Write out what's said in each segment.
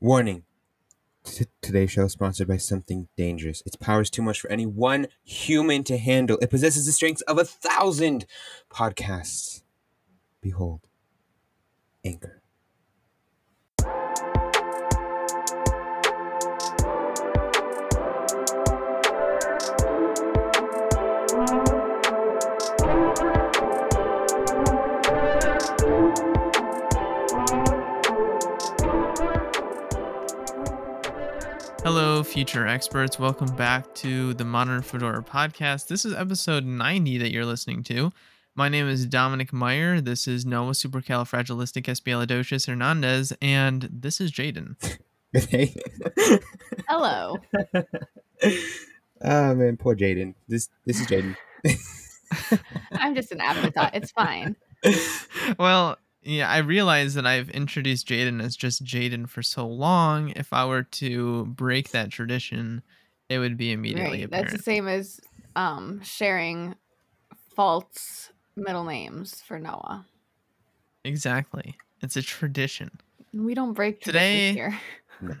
Warning. T- today's show is sponsored by something dangerous. Its power is too much for any one human to handle. It possesses the strength of a thousand podcasts. Behold, Anchor. Hello, future experts. Welcome back to the Modern Fedora podcast. This is episode 90 that you're listening to. My name is Dominic Meyer. This is Noah Supercalifragilisticexpialidocious Hernandez, and this is Jaden. Hey. Hello. oh man, poor Jaden. This this is Jaden. I'm just an afterthought. It's fine. well, yeah, I realize that I've introduced Jaden as just Jaden for so long. If I were to break that tradition, it would be immediately Right. apparent. That's the same as um sharing false middle names for Noah. exactly. It's a tradition. We don't break Today- traditions here.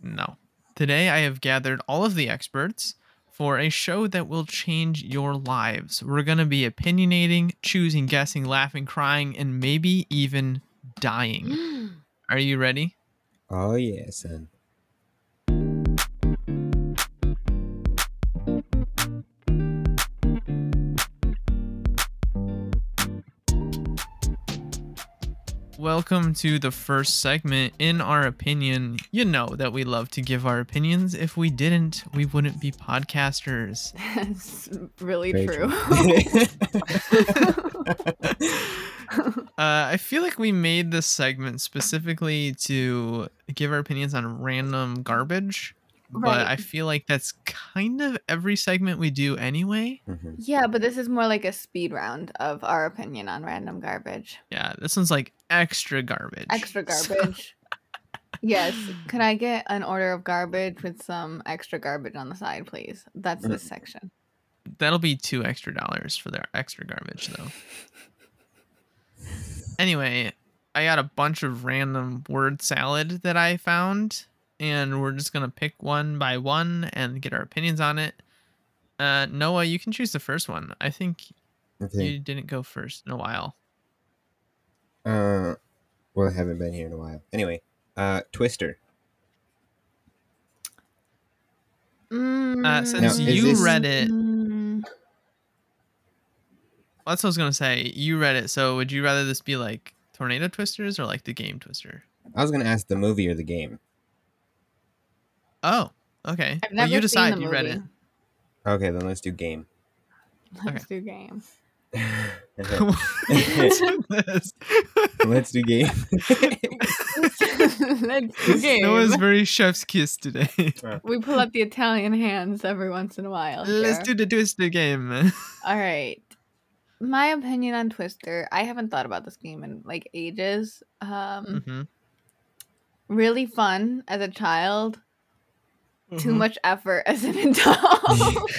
No. Today I have gathered all of the experts for a show that will change your lives. We're going to be opinionating, choosing, guessing, laughing, crying, and maybe even dying. Are you ready? Oh yeah, son. Welcome to the first segment. In our opinion, you know that we love to give our opinions. If we didn't, we wouldn't be podcasters. That's really Very true. Uh, I feel like we made this segment specifically to give our opinions on random garbage, but Right. I feel like that's kind of every segment we do anyway. Mhm. yeah, but this is more like a speed round of our opinion on random garbage. Yeah, this one's like extra garbage. Extra So- garbage. yes. Can I get an order of garbage with some extra garbage on the side, please? That's Mm. this section. that'll be two extra dollars for their extra garbage, though. anyway, I got a bunch of random word salad that I found, and we're just gonna pick one by one and get our opinions on it. Uh, Noah, you can choose the first one. I think Okay. You didn't go first in a while. Uh, well, I haven't been here in a while. Anyway, uh, Twister. Uh, since Now, is you this- read it- Mm. That's what I was gonna say. You read it, so would you rather this be like tornado twisters or like the game twister? I was gonna ask the movie or the game. Oh, okay. I've well, never you seen decide. the you read it. movie. Okay, then let's do game. Let's do game. Let's do this. let's do game. Let's do game. Noah's very chef's kiss today. we pull up the Italian hands every once in a while. Let's here. do the twister game. All right. My opinion on Twister. I haven't thought about this game in like ages. Um, hmm Really fun as a child. Mm-hmm. Too much effort as an adult.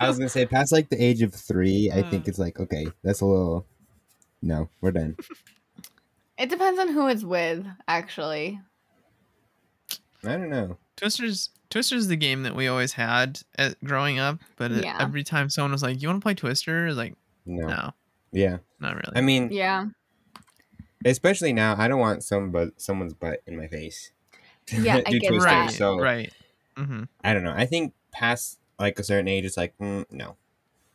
I was gonna say past like the age of three, Hmm. I think Mm. it's like okay, that's a little. No, we're done. it depends on who it's with, actually. I don't know. Twister's Twister's the game that we always had at, growing up, but it- Yeah. every time someone was like, "You want to play Twister?" It was like, No. no, Yeah, not really. I mean, Yeah. especially now, I don't want some but someone's butt in my face. Yeah, I Do get Twister, right, that. so right. hmm I don't know. I think past like a certain age, it's like mm, no.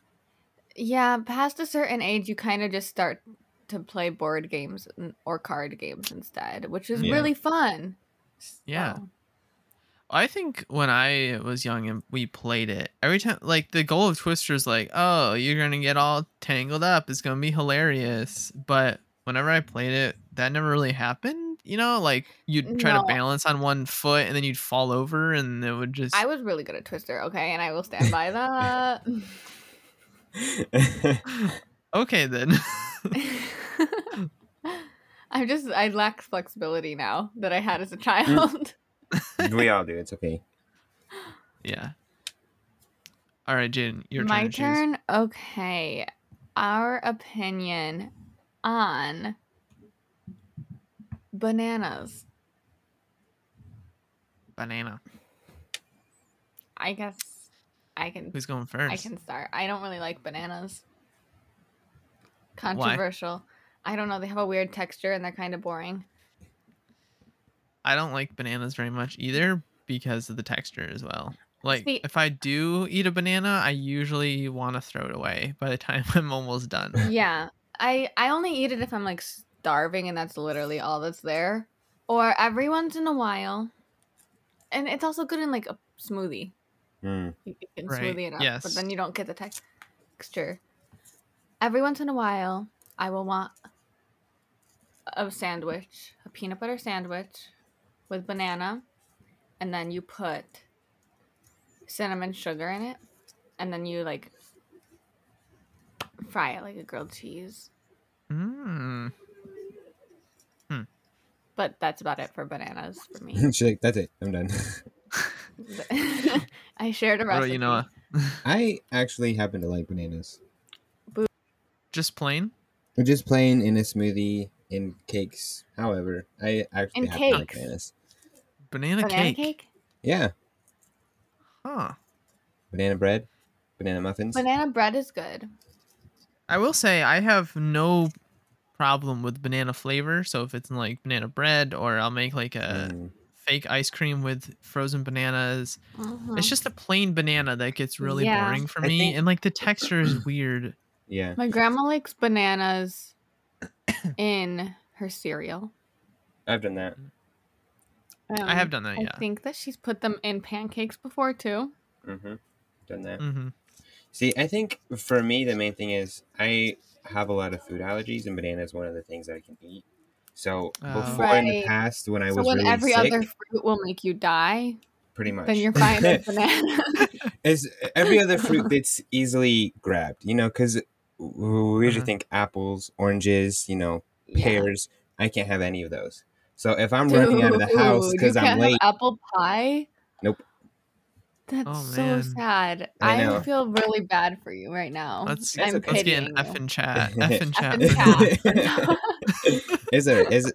Yeah, past a certain age, you kind of just start to play board games n- or card games instead, which is Yeah. really fun. Yeah. So, I think when I was young and we played it, every time, like, the goal of Twister is like, oh, you're going to get all tangled up. It's going to be hilarious. But whenever I played it, that never really happened. You know, like, you'd try No. to balance on one foot and then you'd fall over and it would just. I was really good at Twister, okay, and I will stand by that. okay, then. I'm just, I lack flexibility now that I had as a child. we all do. It's okay. yeah. All right, Jaden, your My turn. to choose. turn? Okay. Our opinion on bananas. Banana. I guess I can Who's going first? I can start. I don't really like bananas. Controversial. I don't know. They have a weird texture and they're kind of boring. I don't like bananas very much either because of the texture as well. Like See- if I do eat a banana, I usually want to throw it away by the time I'm almost done. yeah. I I only eat it if I'm like starving and that's literally all that's there or every once in a while. And it's also good in like a smoothie. Mm. you you can Right, smoothie it up, but yes. then you don't get the tex- texture. Every once in a while, I will want a sandwich, a peanut butter sandwich with banana, and then you put cinnamon sugar in it, and then you like fry it like a grilled cheese. Mm. But that's about it for bananas for me. She's like, that's it. I'm done. I shared a What about recipe. you, Noah? I actually happen to like bananas. Just plain? Or just plain in a smoothie, in cakes. However, I actually In happen to like cakes. bananas. Banana, Banana cake. cake? Yeah, Huh. banana bread, banana muffins. Banana bread is good. I will say I have no problem with banana flavor. So if it's in like banana bread or I'll make like a Mm. fake ice cream with frozen bananas. Mhm. It's just a plain banana that gets really Yeah. boring for I me. think- And like the texture is weird. Yeah, My grandma likes bananas in her cereal. Um, I've done that. I have done that, I yeah. think that she's put them in pancakes before too. Mm-hmm. Done that. hmm See, I think for me the main thing is I have a lot of food allergies, and banana is one of the things that I can eat. So Oh. before in the Right. past, when I so was when really every sick, other fruit will make you die, pretty much, then you're fine with banana. As every other fruit that's easily grabbed, you know, because we usually Mhm. think apples, oranges, you know, Yeah. pears. I can't have any of those. So if I'm running out of the house Dude, because you I'm can't late, Have apple pie. Nope. That's Oh, so man. sad. I I, know. feel really bad for you right now. Let's That's I'm okay. let's get an pitying F you. in chat. F in chat. in for chat. Noah. is there is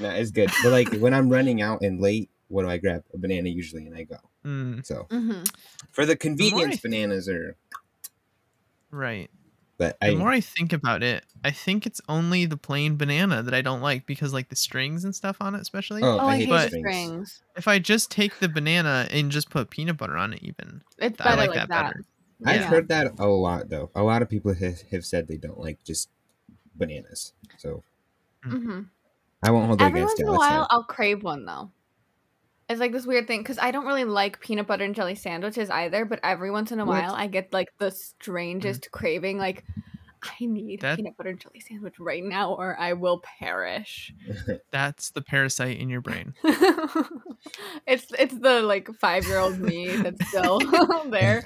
no, it's good. But like when I'm running out and late, what do I grab? A banana usually, and I go. Mm, So Mhm. for the convenience, I- bananas are. right. But The I more I think about it, I think it's only the plain banana that I don't like because like the strings and stuff on it, especially. oh, Oh, I hate the the strings. If I just take the banana and just put peanut butter on it, even It's I better like, like that, better. I've Yeah. heard that a lot though. A lot of people have, have said they don't like just bananas. So Mm-hmm. hmm I won't hold it Every against once you. in a That's while, fine. I'll crave one though. It's like this weird thing because I don't really like peanut butter and jelly sandwiches either. But every once in a What? Mm-hmm. while, I get like the strangest craving, like I need That- a peanut butter and jelly sandwich right now, or I will perish. That's the parasite in your brain. it's it's the like five year old me that's still there.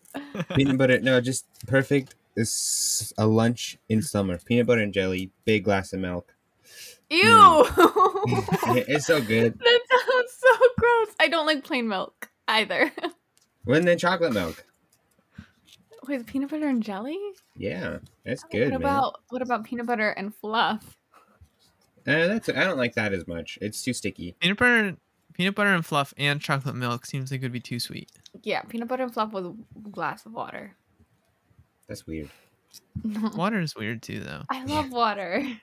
peanut butter. No, just perfect. It's a lunch in summer. Peanut butter and jelly. Big glass of milk. Mm. Ew, it's so good. that sounds so gross. I don't like plain milk either. When then chocolate milk. With peanut butter and jelly. Yeah, that's good, Oh, What man. about what about peanut butter and fluff? Uh, that's I don't like that as much. It's too sticky. Peanut butter, peanut butter and fluff, and chocolate milk seems like it would be too sweet. Yeah, peanut butter and fluff with a glass of water. That's weird. Water is weird too, though. I love water.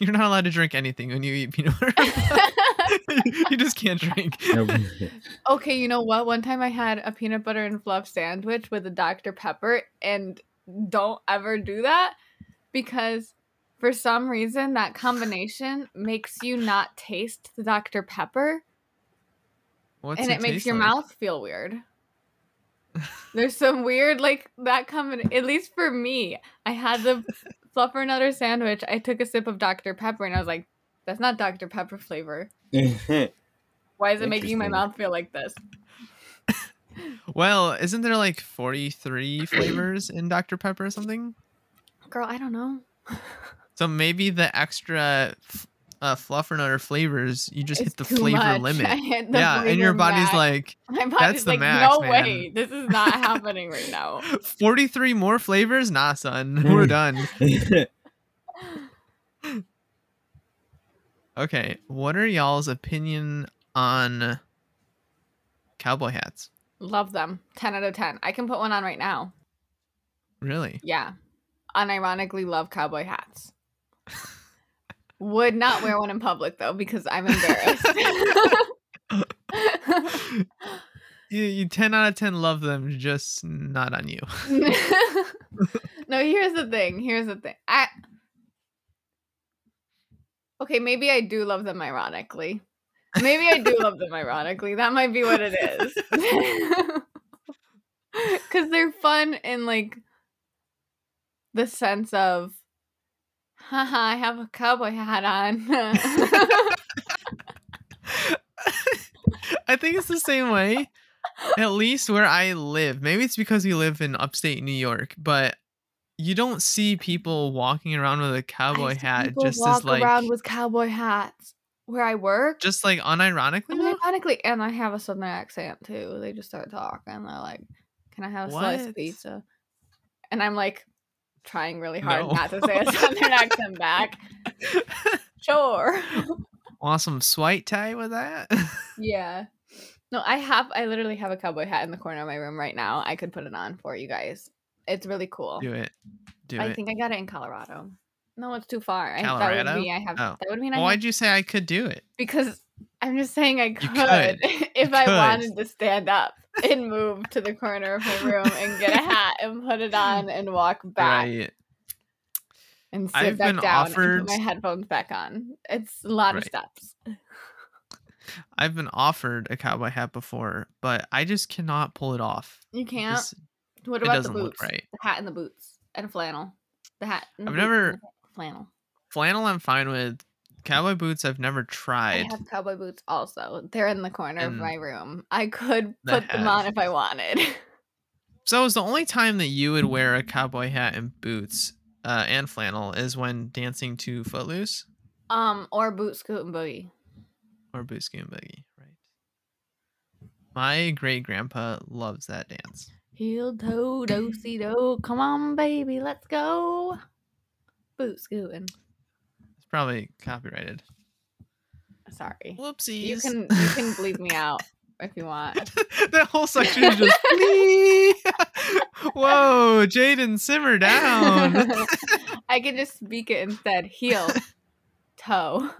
You're not allowed to drink anything when you eat peanut butter. and fluff. you just can't drink. No, okay, you know what? One time I had a peanut butter and fluff sandwich with a Dr. Pepper, and don't ever do that because for some reason that combination makes you not taste the Dr. Pepper What's and it makes taste your like? mouth feel weird. There's some weird like that coming. At least for me, I had the fluffernutter sandwich. I took a sip of Dr Pepper and I was like, "That's not Dr Pepper flavor. Why is it making my Interesting. mouth feel like this?" Well, isn't there like 43 flavors in Dr Pepper or something? Girl, I don't know. So maybe the extra f- uh, fluffernutter flavors, you just It's hit the too flavor much. limit. I hit the yeah, and your flavor body's max. like my body's "That's the like, max, no man." way, this is not happening right now. 43 more flavors? Nah, son, we're done. Okay, what are y'all's opinion on cowboy hats? Love them. 10 out of 10. I can put one on right now. Really? Yeah. Unironically love cowboy hats. Would not wear one in public though because I'm embarrassed. You, you 10 out of 10 love them, just not on you. no, here's the thing. Here's the thing. I Okay, maybe I do love them ironically. Maybe I do love them ironically. That might be what it is. Cuz they're fun in like the sense of haha, I have a cowboy hat on. I think it's the same way, at least where I live. Maybe it's because we live in upstate New York, but you don't see people walking around with a I cowboy see hat people just walk as like around with cowboy hats where I work. just like unironically. and though? ironically, and I have a southern accent too. They just start talking. They're like, "Can I have a slice What? of pizza?" And I'm like, trying really hard No. not to say a southern accent back. Sure. Want some swipe tie with that? yeah. No, I have. I literally have a cowboy hat in the corner of my room right now. I could put it on for you guys. It's really cool. Do it. Do I it. think I got it in Colorado. No, it's too far. I, that Colorado? would mean I have. Oh. That would mean I Well, have why'd you say I could do it? because I'm just saying I could. could, if I could. wanted to stand up and move to the corner of my room and get a hat and put it on and walk back Right. and sit I've back been down offered- and put my headphones back on. It's a lot of Right. steps. I've been offered a cowboy hat before, but I just cannot pull it off. You can't. Just- what it about the doesn't boots? look right. The hat and the boots and a flannel. The hat. And the I've boots and never- the flannel. Flannel, I'm fine with. Cowboy boots, I've never I tried. have cowboy boots also. They're in the corner of And my room. I could the put them hat. on if I wanted. So it's the only time that you would wear a cowboy hat and boots uh, and flannel is when dancing to Footloose Um, or boot scoot and boogie. or Boot Scoot and Boogie, right? My great grandpa loves that dance. Heel toe do si do. Come on, baby, let's go. Boot scooting. It's probably copyrighted. Sorry. Whoopsies. You can you can bleep me out if you want. that whole section is just "Please." Whoa, Jaden, simmer down. I can just speak it instead. Heel toe.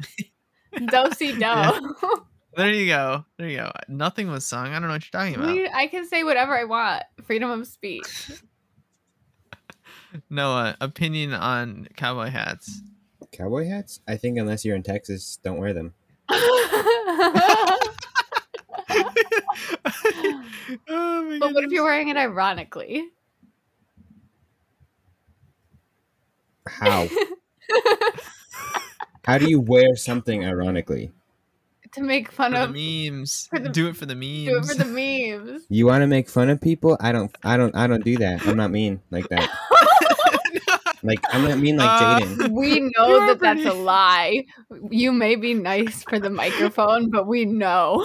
Do si Yeah. do. There you go. There you go. Nothing was sung. I don't know what you're talking about. We- I can say whatever I want. Freedom of speech. Noah, uh, opinion on cowboy hats. Cowboy hats? I think unless you're in Texas, don't wear them. but Oh my what if goodness. you're wearing it ironically? How? How do you wear something ironically? to make fun for of the memes. for the- do it for the memes. do it for the memes. You want to make fun of people? I don't. I don't. I don't do that. I'm not mean like that. Like I'm not mean like Uh, Jaden. We You know are that that's a pretty- lie. You may be nice for the microphone, but we know.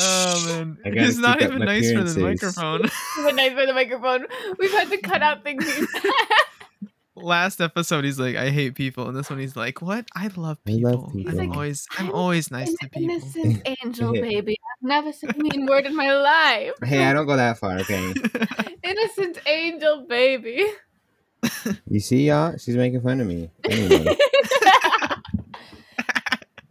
oh man, I gotta he's not keep up my even nice for the appearances. microphone. But nice for the microphone. We've had to cut out things. he said. Last episode, he's like, "I hate people," and this one, he's like, "What? I love I love people. I people." am He's like, always, I'm, "I'm always nice An to people." innocent angel, Yeah. baby. I've never said a mean word in my life. Hey, I don't go that far. Okay. Innocent angel, baby. You see, y'all? She's making fun of me. Anyway,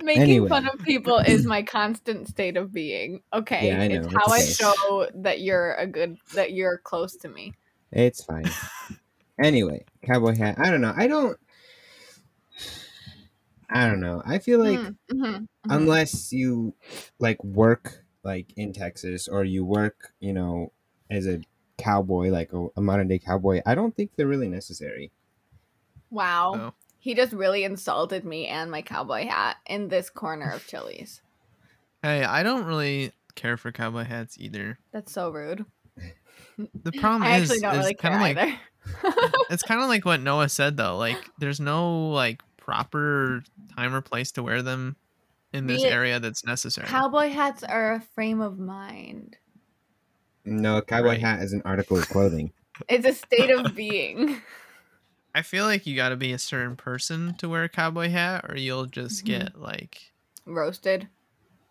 Making Anyway. fun of people is my constant state of being. Okay, Yeah, I know. it's how It's I okay. show that you're a good, that you're close to me. it's fine. Anyway, cowboy hat. I don't know. I don't. I don't know. I feel like Mm, mhm, mhm. unless you like work like in Texas or you work, you know, as a cowboy, like a, a modern day cowboy, I don't think they're really necessary. Wow. Oh. He just really insulted me and my cowboy hat in this corner of Chili's. Hey, I don't really care for cowboy hats either. That's so rude. The problem I is, actually don't is really kind care of like either. it's kind of like what Noah said though. Like, there's no like proper time or place to wear them in this The- area that's necessary. Cowboy hats are a frame of mind. No, a cowboy Right. hat is an article of clothing. It's a state of being. I feel like you got to be a certain person to wear a cowboy hat, or you'll just Mhm. get like Roasted.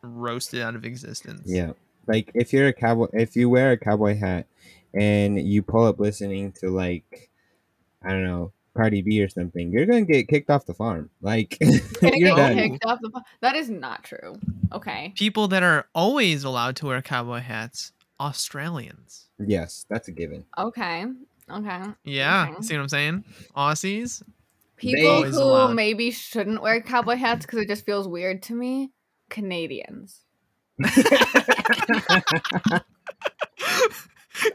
roasted out of existence. Yeah. Like if you're a cowboy if you wear a cowboy hat and you pull up listening to like I don't know, Cardi B or something, you're gonna get kicked off the farm. Like Gonna you're get done. kicked. kicked off the po- That is not true. Okay. People that are always allowed to wear cowboy hats, Australians. Yes, that's a given. Okay. Okay. Yeah, Okay. see what I'm saying? Aussies. People Always who allowed. maybe shouldn't wear cowboy hats because it just feels weird to me. Canadians.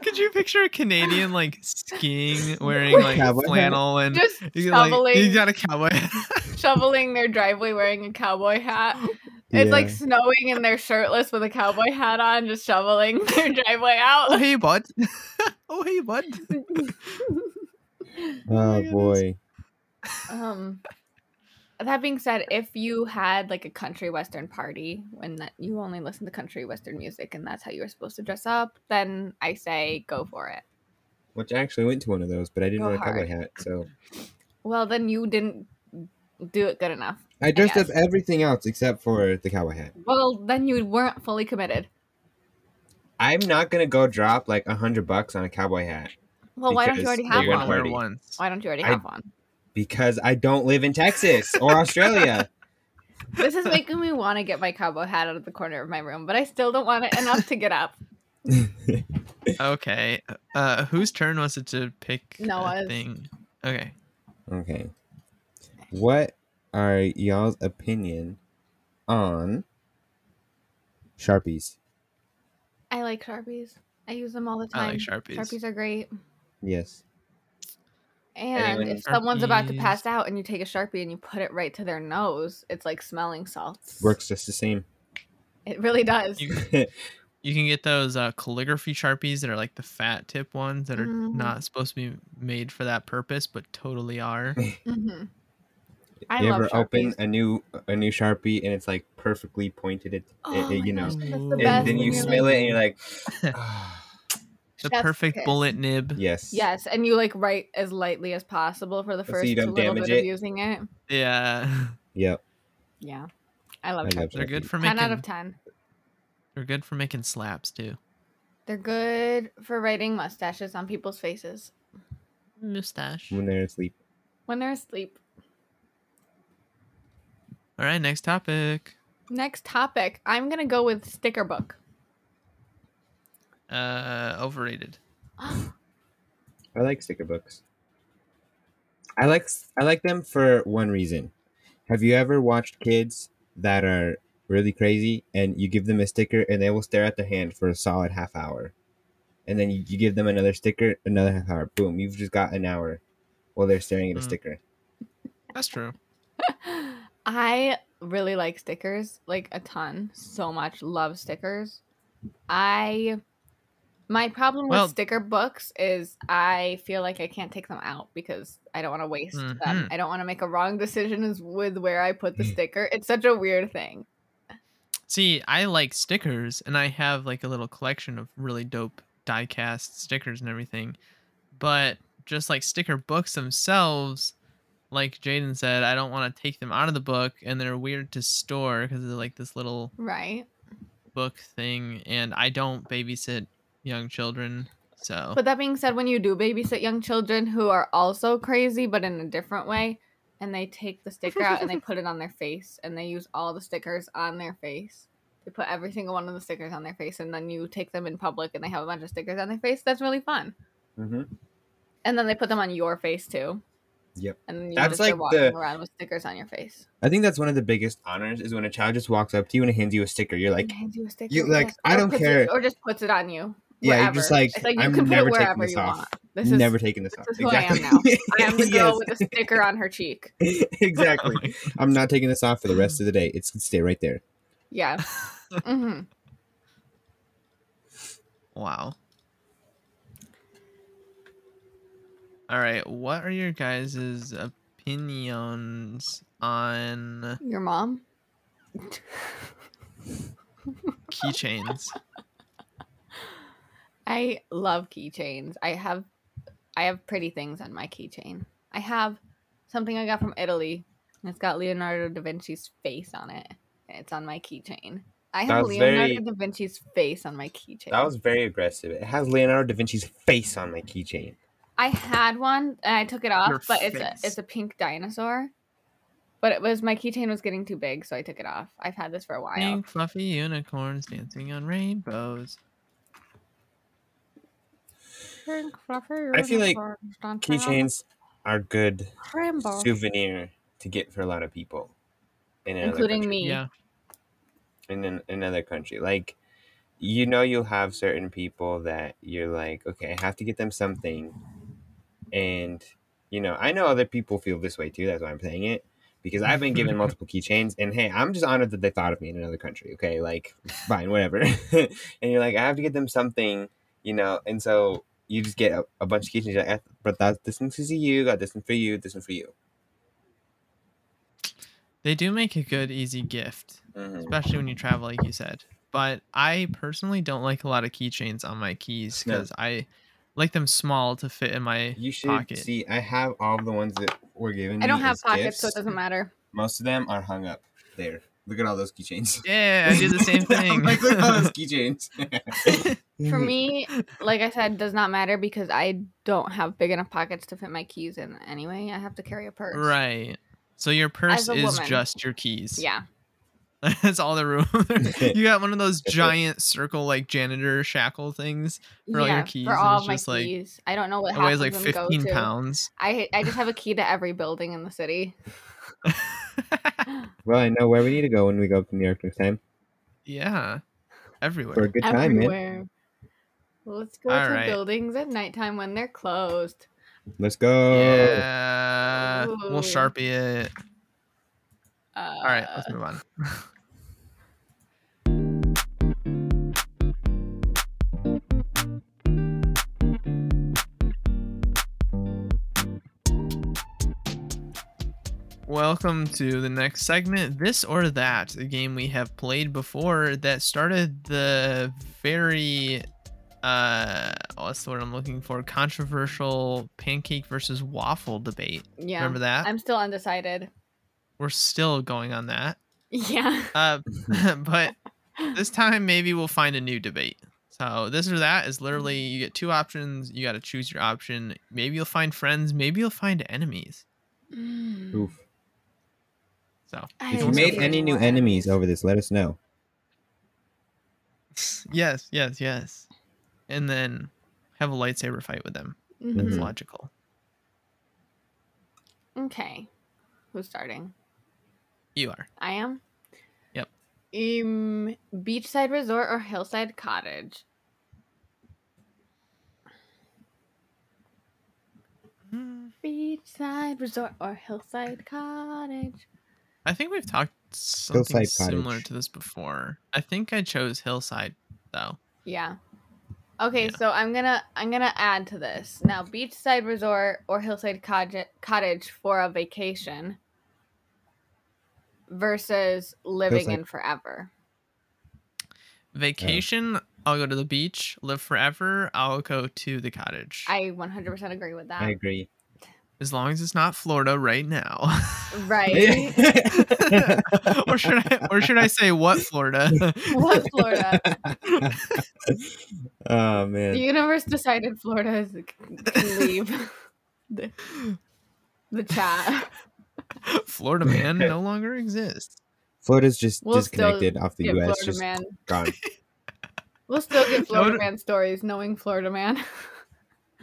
Could you picture a Canadian like skiing, wearing like Cowboy hat. flannel and Just Mm. you, like, shoveling. you got a cowboy? hat. shoveling their driveway wearing a cowboy hat. It's like Yeah. snowing and they're shirtless with a cowboy hat on, just shoveling their driveway oh out. hey bud. oh hey bud. Oh, my goodness. boy. um, that being said, if you had like a country western party when that you only listen to country western music and that's how you were supposed to dress up, then I say go for it. Which I actually went to one of those, but I didn't Go wear a cowboy hard. hat, so Well, then you didn't do it good enough. I dressed up guess. everything else except for the cowboy hat. Well, then you weren't fully committed. I'm not gonna go drop like a hundred bucks on a cowboy hat Well, why don't you Because already they I have were want to not- one? wear party. once. Why don't you already I- have one? because I don't live in Texas or Australia. This is making me want to get my cowboy hat out of the corner of my room, but I still don't want it enough to get up. Okay. Uh whose turn was it to pick a Noah's. thing? Okay. Okay. What are y'all's opinion on Sharpies? I like Sharpies. I use them all the I time. like Sharpies. Sharpies are great. Yes. And Anyone- if someone's about to Sharpies. pass out and you take a Sharpie and you put it right to their nose, it's like smelling salts. Works just the same. It really does. You you can get those uh, calligraphy sharpies that are like the fat tip ones that are Mhm. not supposed to be made for that purpose, but totally are. hmm I you love ever Sharpies. open a new a new Sharpie and it's like perfectly pointed at Oh it, you my know. gosh, that's the And And best. then you you're smell like, it and you're like "Ah, The chef's perfect kiss. bullet nib. Yes. Yes, and you like write as lightly as possible for the So first you don't little damage bit it? of using it. Yeah. Yep. Yeah, I I love love Sharpies. They're good Sharpies. for Ten out making of ten. they're good for making slaps too. They're good for writing mustaches on people's faces Mustache. when they're asleep. when they're asleep. All right, next topic. Next topic, I'm gonna go with sticker book. Uh overrated. I like sticker books. I like I like them for one reason. Have you ever watched kids that are really crazy and you give them a sticker and they will stare at their hand for a solid half hour, and then you, you give them another sticker, another half hour. Boom! You've just got an hour while they're staring at a Mm. sticker. That's true. I really like stickers, like a ton, so much. Love stickers. I my problem with Well- sticker books is I feel like I can't take them out because I don't want to waste them. Mhm. I don't want to make a wrong decision as with where I put the sticker. It's such a weird thing. See, I like stickers and I have like a little collection of really dope die cast stickers and everything. But just like sticker books themselves, like Jaden said, I don't want to take them out of the book and they're weird to store because they're like this little Right. book thing and I don't babysit young children. So Oh. But that being said, when you do babysit young children who are also crazy but in a different way, and they take the sticker out and they put it on their face and they use all the stickers on their face. They put every single one of the stickers on their face and then you take them in public and they have a bunch of stickers on their face. That's really fun. Mm-hmm. And then they put them on your face too. Yep. And then you That's just like like walking the- around with stickers on your face. I think that's one of the biggest honors is when a child just walks up to you and hands you a sticker. You're like, And hands you a sticker, you- like, yes, I or don't puts it- care. or just puts it on you. Yeah, you're wherever. just like, It's like you I'm can put never it taking wherever this you off. want. This is never taking this off. this is who I am exactly. I am the girl with a sticker on her cheek. Yes. Oh exactly. my- I'm not taking this off for the rest of the day. It's gonna stay right there. Yeah. hmm Wow. All right, what are your guys' opinions on Your mom? keychains? I love keychains. I have I have pretty things on my keychain. I have something I got from Italy, and it's got Leonardo da Vinci's face on it. And it's on my keychain. I That have was Leonardo very- da Vinci's face on my keychain. That was very aggressive. It has Leonardo da Vinci's face on my keychain. I had one and I took it off, Your but it's a, face. it's a pink dinosaur. But it was my keychain was getting too big, so I took it off. I've had this for a while. Pink fluffy unicorns dancing on rainbows. I feel like Keychains are good souvenir to get for a lot of people, in another including country- me. Yeah. in an, another country. Like, you know, you'll have certain people that you're like, okay, I have to get them something, and you know, I know other people feel this way too. That's why I'm playing it because I've been given multiple keychains, and hey, I'm just honored that they thought of me in another country. Okay, like, fine, whatever. and you're like, I have to get them something, you know, and so. You just get a, a bunch of keychains, you're like, "Eh, but that this one's for you, got this one for you, this one for you. They do make a good, easy gift, Mhm. especially when you travel, like you said. But I personally don't like a lot of keychains on my keys No. because I like them small to fit in my. You should pocket. see. I have all the ones that were given. I don't me have as pockets, so it gifts. doesn't matter. Most of them are hung up there. Look at all those keychains. Yeah, I did the same I'm thing. like, look at all those keychains. For Mm-hmm. me, like I said, does not matter because I don't have big enough pockets to fit my keys in anyway. I have to carry a purse. right. So your purse a is woman. just your keys. Yeah. That's all the room. you got one of those giant circle like janitor shackle things. For all your keys, For and all it's of my just, like, keys. I don't know what It half weighs of like them go 15 to. pounds. I I just have a key to every building in the city. well, I know where we need to go when we go up to New York next time yeah. Everywhere. for a good time, man. everywhere. Well, let's go All to right. buildings at nighttime when they're closed. Let's go. Yeah. We'll Ooh. sharpie it. Uh, All right, let's move on. Welcome to the next segment, This or That, a game we have played before that started the very, uh, what's the word I'm looking for? Controversial pancake versus waffle debate. yeah. Remember that? I'm still undecided. We're still going on that. Yeah. Uh, but this time maybe we'll find a new debate. So this or that is literally Mm-hmm. you get two options. You got to choose your option. Maybe you'll find friends. Maybe you'll find enemies. Mm. Oof. So I If you don't made know. any new enemies over this, let us know. yes, yes, yes, and then have a lightsaber fight with them. That's Mm-hmm. Mhm. logical. Okay. Who's starting? You are. I am. Yep. Um, beachside resort or hillside cottage? Hmm. Beachside resort or hillside cottage? I think we've talked something Hillside similar Cottage. to this before. I think I chose hillside though. Yeah. Okay, Yeah. so I'm gonna I'm gonna add to this now. Beachside resort or hillside cottage cottage for a vacation versus living Hillside- in forever. Vacation. I'll go to the beach. Live forever. I'll go to the cottage. I 100% agree with that. I agree. As long as it's not Florida right now. Right? or should I or should I say what Florida? What Florida? oh The man. universe decided Florida is, can leave the, the chat. Florida man no longer exists. Florida's just We'll still disconnected off the Get US, Florida just man. gone. We'll still get Florida would- man stories knowing Florida man.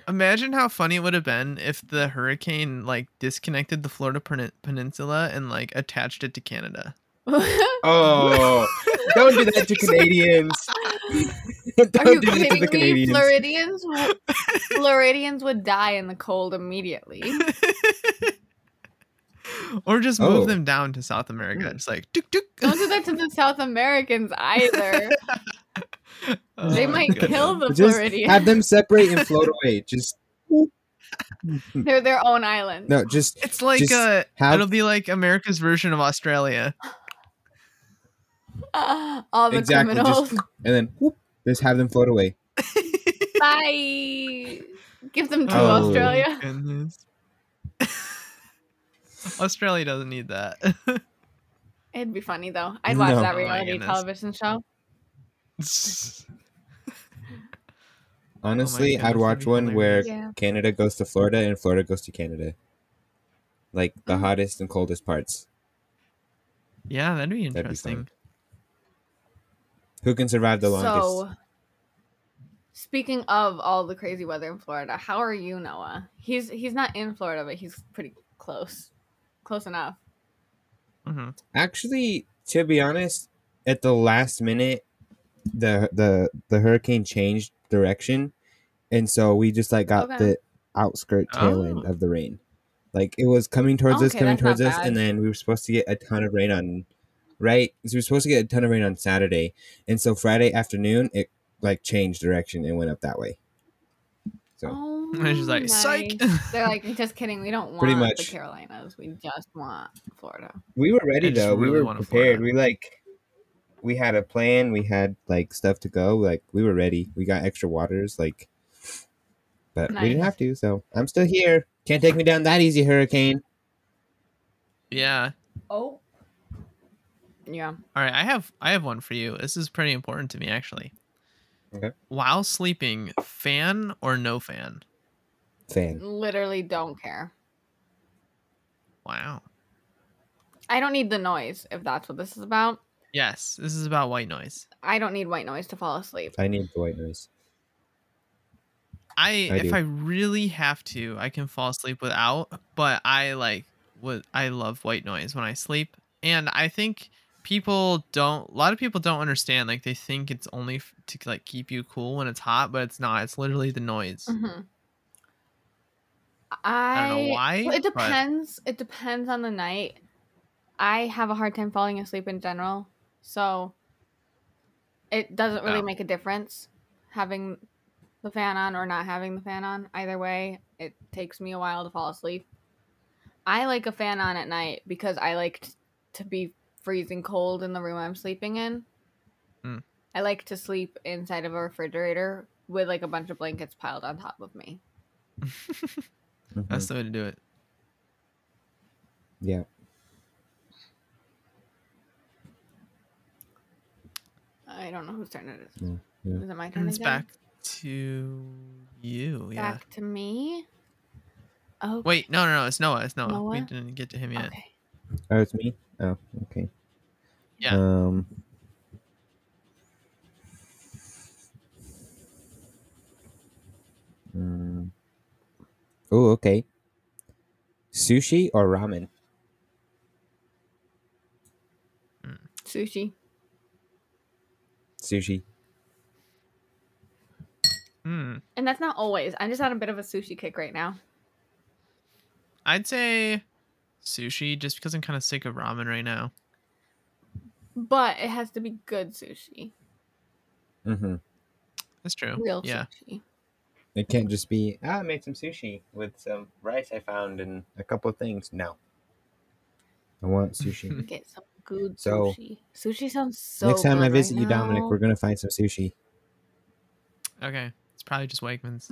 Imagine how funny it would have been if the hurricane like disconnected the Florida pen- peninsula and like attached it to Canada. Are Oh, don't do that to Canadians. don't you do that to the kidding me? Canadians. Floridians, w- Floridians would die in the cold immediately. Or just move Oh. them down to South America. It's like tuk tuk. Don't do that to the South Americans either. Oh They my might goodness. kill the Just Floridians. have them separate and float away. Just They're their own island. no, just It's like Just uh have- it'll be like America's version of Australia. Ah, all the Exactly, just- criminals. and then whoop, just have them float away. Bye. Give them to Oh. Australia. Goodness. Australia doesn't need that. It'd be funny though. I'd watch No. Oh that my reality goodness. television show. Honestly, goodness, I'd that'd watch be one where hilarious. Yeah. Canada goes to Florida and Florida goes to Canada. Like the Mm. hottest and coldest parts. yeah, that'd be be fun. interesting. Who can survive the longest? So, speaking of all the crazy weather in Florida, how are you, Noah? He's he's not in Florida, but he's pretty close, close enough. Mhm. Actually, to be honest, at the last minute, the the the hurricane changed direction, and so we just like got Okay. the outskirt tail end Oh. of the rain. Like it was coming towards us, Oh, Okay, coming that's not towards us, bad. and then we were supposed to get a ton of rain on, right? So we were supposed to get a ton of rain on Saturday, and so Friday afternoon it like changed direction and went up that way. So Oh, And it's just like, psych. nice. They're like, just kidding. We don't want Pretty the much. Carolinas. We just want Florida. we were ready I just though. we really were wanna prepared. Florida. We like we had a plan. We had like stuff to go. Like we were ready. We got extra waters. Like, but we didn't Nice. have to. So I'm still here. Can't take me down that easy, hurricane. yeah. Oh. Yeah. All right, I have I have one for you. This is pretty important to me actually. Okay. While sleeping, fan or no fan? Fan. Literally don't care. Wow. I don't need the noise if that's what this is about. Yes, this is about white noise. I don't need white noise to fall asleep. I need the white noise. I, I if do. I really have to, I can fall asleep without. But I like what I love white noise when I sleep, and I think people don't. A lot of people don't understand. Like they think it's only f- to like keep you cool when it's hot, but it's not. It's literally the noise. Mhm. I, I don't know why. Well, it but- depends. It depends on the night. I have a hard time falling asleep in general, so it doesn't really Yeah. make a difference having the fan on or not having the fan on. Either way, it takes me a while to fall asleep. I like a fan on at night because I like t- to be freezing cold in the room I'm sleeping in. Mm. I like to sleep inside of a refrigerator with like a bunch of blankets piled on top of me. Mhm. That's the way to do it. Yeah. I don't know whose turn it is. No, yeah. Is it my turn? And it's again? back to you. Yeah. Back to me. Oh Wait, no, no, no. It's Noah. It's Noah. We Noah? didn't get to him yet. Okay. Oh, it's me. Oh, okay. Yeah. Um. Oh, mm. okay. Sushi or ramen? Sushi. Sushi. Hmm. And that's not always. I'm just on a bit of a sushi kick right now. I'd say sushi, just because I'm kind of sick of ramen right now. But it has to be good sushi. Mm-hmm. That's true. Real Oh, yeah. sushi. It can't just be, ah, I made some sushi with some rice I found and a couple of things. No. I want sushi. Get some good So- sushi. Sushi sounds so Next time I good visit right you, Dominic, now. we're going to find some sushi. Okay. It's probably just Wegmans.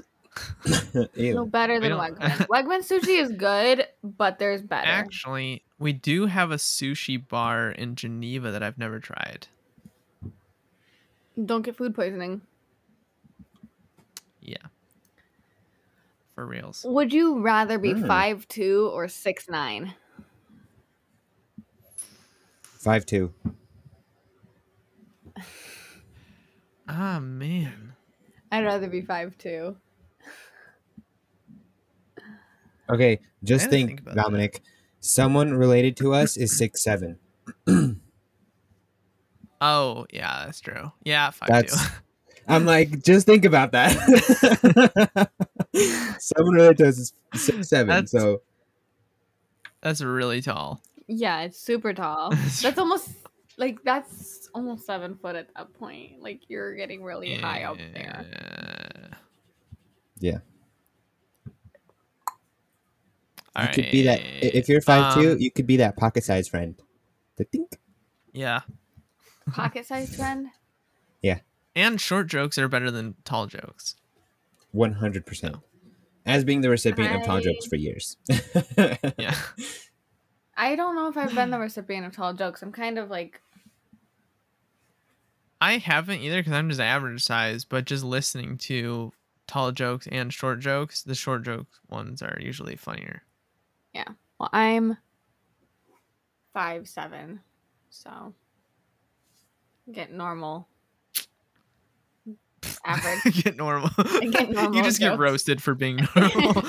Ew. no better than don't- Wegman. Wegman sushi is good, but there's better. Actually, we do have a sushi bar in Geneva that I've never tried. Don't get food poisoning. Yeah. For reals. Would you rather be Mm. five two or six nine? 5 2. Ah, man. I'd rather be five two. Okay, I just didn't think, think about that. Dominic. Someone related to us is six seven. Oh, yeah, that's true. Yeah, five That's- two. I'm like, just think about that. Someone related to us is six seven. That's- So that's really tall. Yeah, it's super tall. That's that's almost like that's almost seven foot at that point. Like you're getting really high up there. Yeah. Yeah. All you could be that i- if you're five two, Um, you could be that pocket sized friend. The think. yeah. Pocket sized friend. And short jokes are better than tall jokes. One hundred percent. as being the recipient of tall I- jokes for years. Yeah. I don't know if I've been the recipient of tall jokes. I'm kind of like I haven't either because I'm just average size, but just listening to tall jokes and short jokes, the short joke ones are usually funnier. well, I'm five seven, so get normal. Average. get normal. Get you normal just get jokes. roasted for being normal.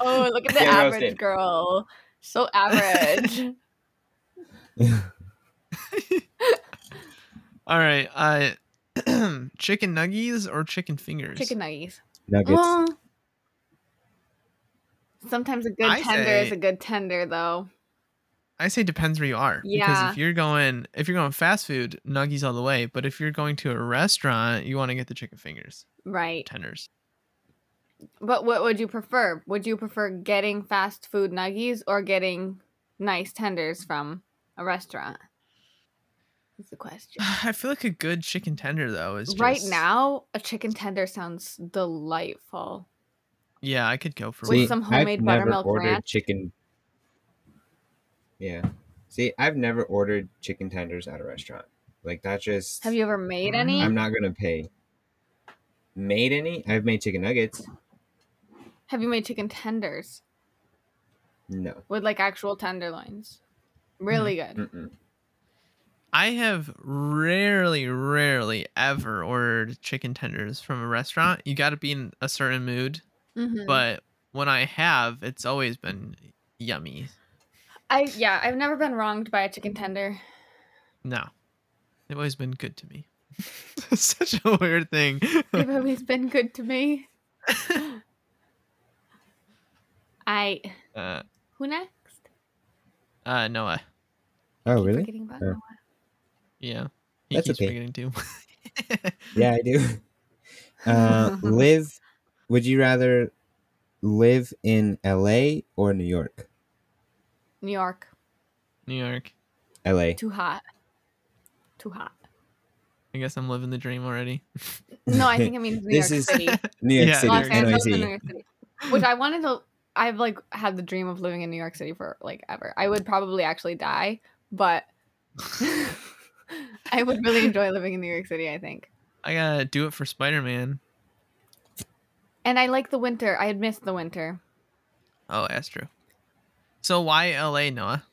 Oh, look at the Get average roasted. girl. So average. All right. Uh, chicken nuggies or chicken fingers? Chicken nuggies. Nuggets. Well, sometimes a good I tender say- is a good tender, though. I say depends where you are. Because Yeah. if you're going if you're going fast food, nuggies all the way. But if you're going to a restaurant, you want to get the chicken fingers, Right. tenders. But what would you prefer? Would you prefer getting fast food nuggies or getting nice tenders from a restaurant? That's the question. I feel like a good chicken tender though is just, Right now, a chicken tender sounds delightful. Yeah, I could go for With See, one. some I've homemade never buttermilk ordered ranch. Chicken. Yeah. See, I've never ordered chicken tenders at a restaurant. Like that just. Have you ever made Mm, any? I'm not gonna pay. Made any? I've made chicken nuggets. Have you made chicken tenders No. with like actual tenderloins? Really Mm-hmm. good. Mm-mm. I have rarely, rarely ever ordered chicken tenders from a restaurant. You got to be in a certain mood, Mm. Mhm. Mm-hmm. but when I have, it's always been yummy. I yeah, I've never been wronged by a chicken tender. No, they've always been good to me. Such a weird thing. They've always been good to me. I Uh, who next? uh, Noah. Oh Keep really? Forgetting about Oh. Noah. Yeah. He That's keeps okay. forgetting too. Yeah, I do. Uh, live. Would you rather live in L.A. or New York? New York, New York. L.A. too hot. Too hot. I guess I'm living the dream already. No, I think it means New This York is City. New York Yeah, City. Los York. Angeles and New NYC. York City. Which I wanted to I've like had the dream of living in New York City for like ever. I would probably actually die, but I would really enjoy living in New York City, I think. I gotta do it for Spider Man. And I like the winter. I had missed the winter. Oh, that's true. So why LA, Noah?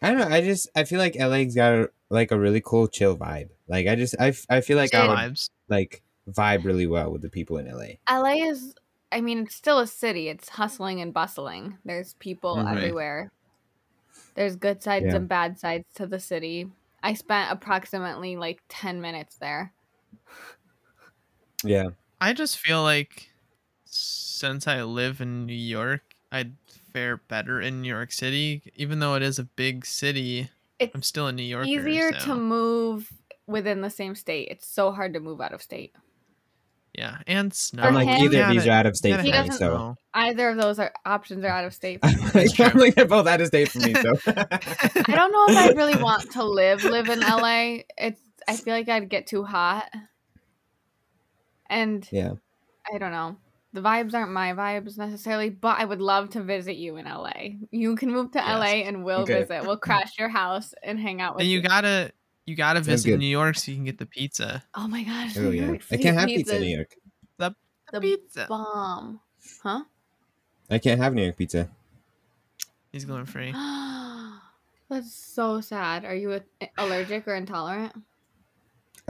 I don't know. I just I feel like LA's got a, like a really cool chill vibe. Like I just I, f- I feel like Chill I would vibes. like vibe really well with the people in LA. LA is I mean, it's still a city. It's hustling and bustling. There's people Mhm. Right. everywhere. There's good sides Yeah. and bad sides to the city. I spent approximately like 10 minutes there. Yeah. I just feel like since I live in New York, I'd fare better in New York City. Even though it is a big city, It's I'm still a New Yorker. easier so- to move within the same state. It's so hard to move out of state. Yeah, and snow. I'm like him- either of Gotta- these are out of state gotta for He me, have doesn't so snow. Either of those are options are out of state. I'm like, true. I'm like, they're both out of state for me. So I don't know if I'd really want to live live in LA. It's I feel like I'd get too hot. And yeah, I don't know. The vibes aren't my vibes necessarily, but I would love to visit you in LA. You can move to Yes. LA and we'll Okay. visit. We'll crash your house and hang out with And you gotta you gotta Sounds visit good. New York so you can get the pizza. Oh my gosh. oh New yeah, York I City can't have pizza in pizza's New York. The pizza. bomb. Huh? I can't have New York pizza. He's going free. That's so sad. Are you a- allergic or intolerant?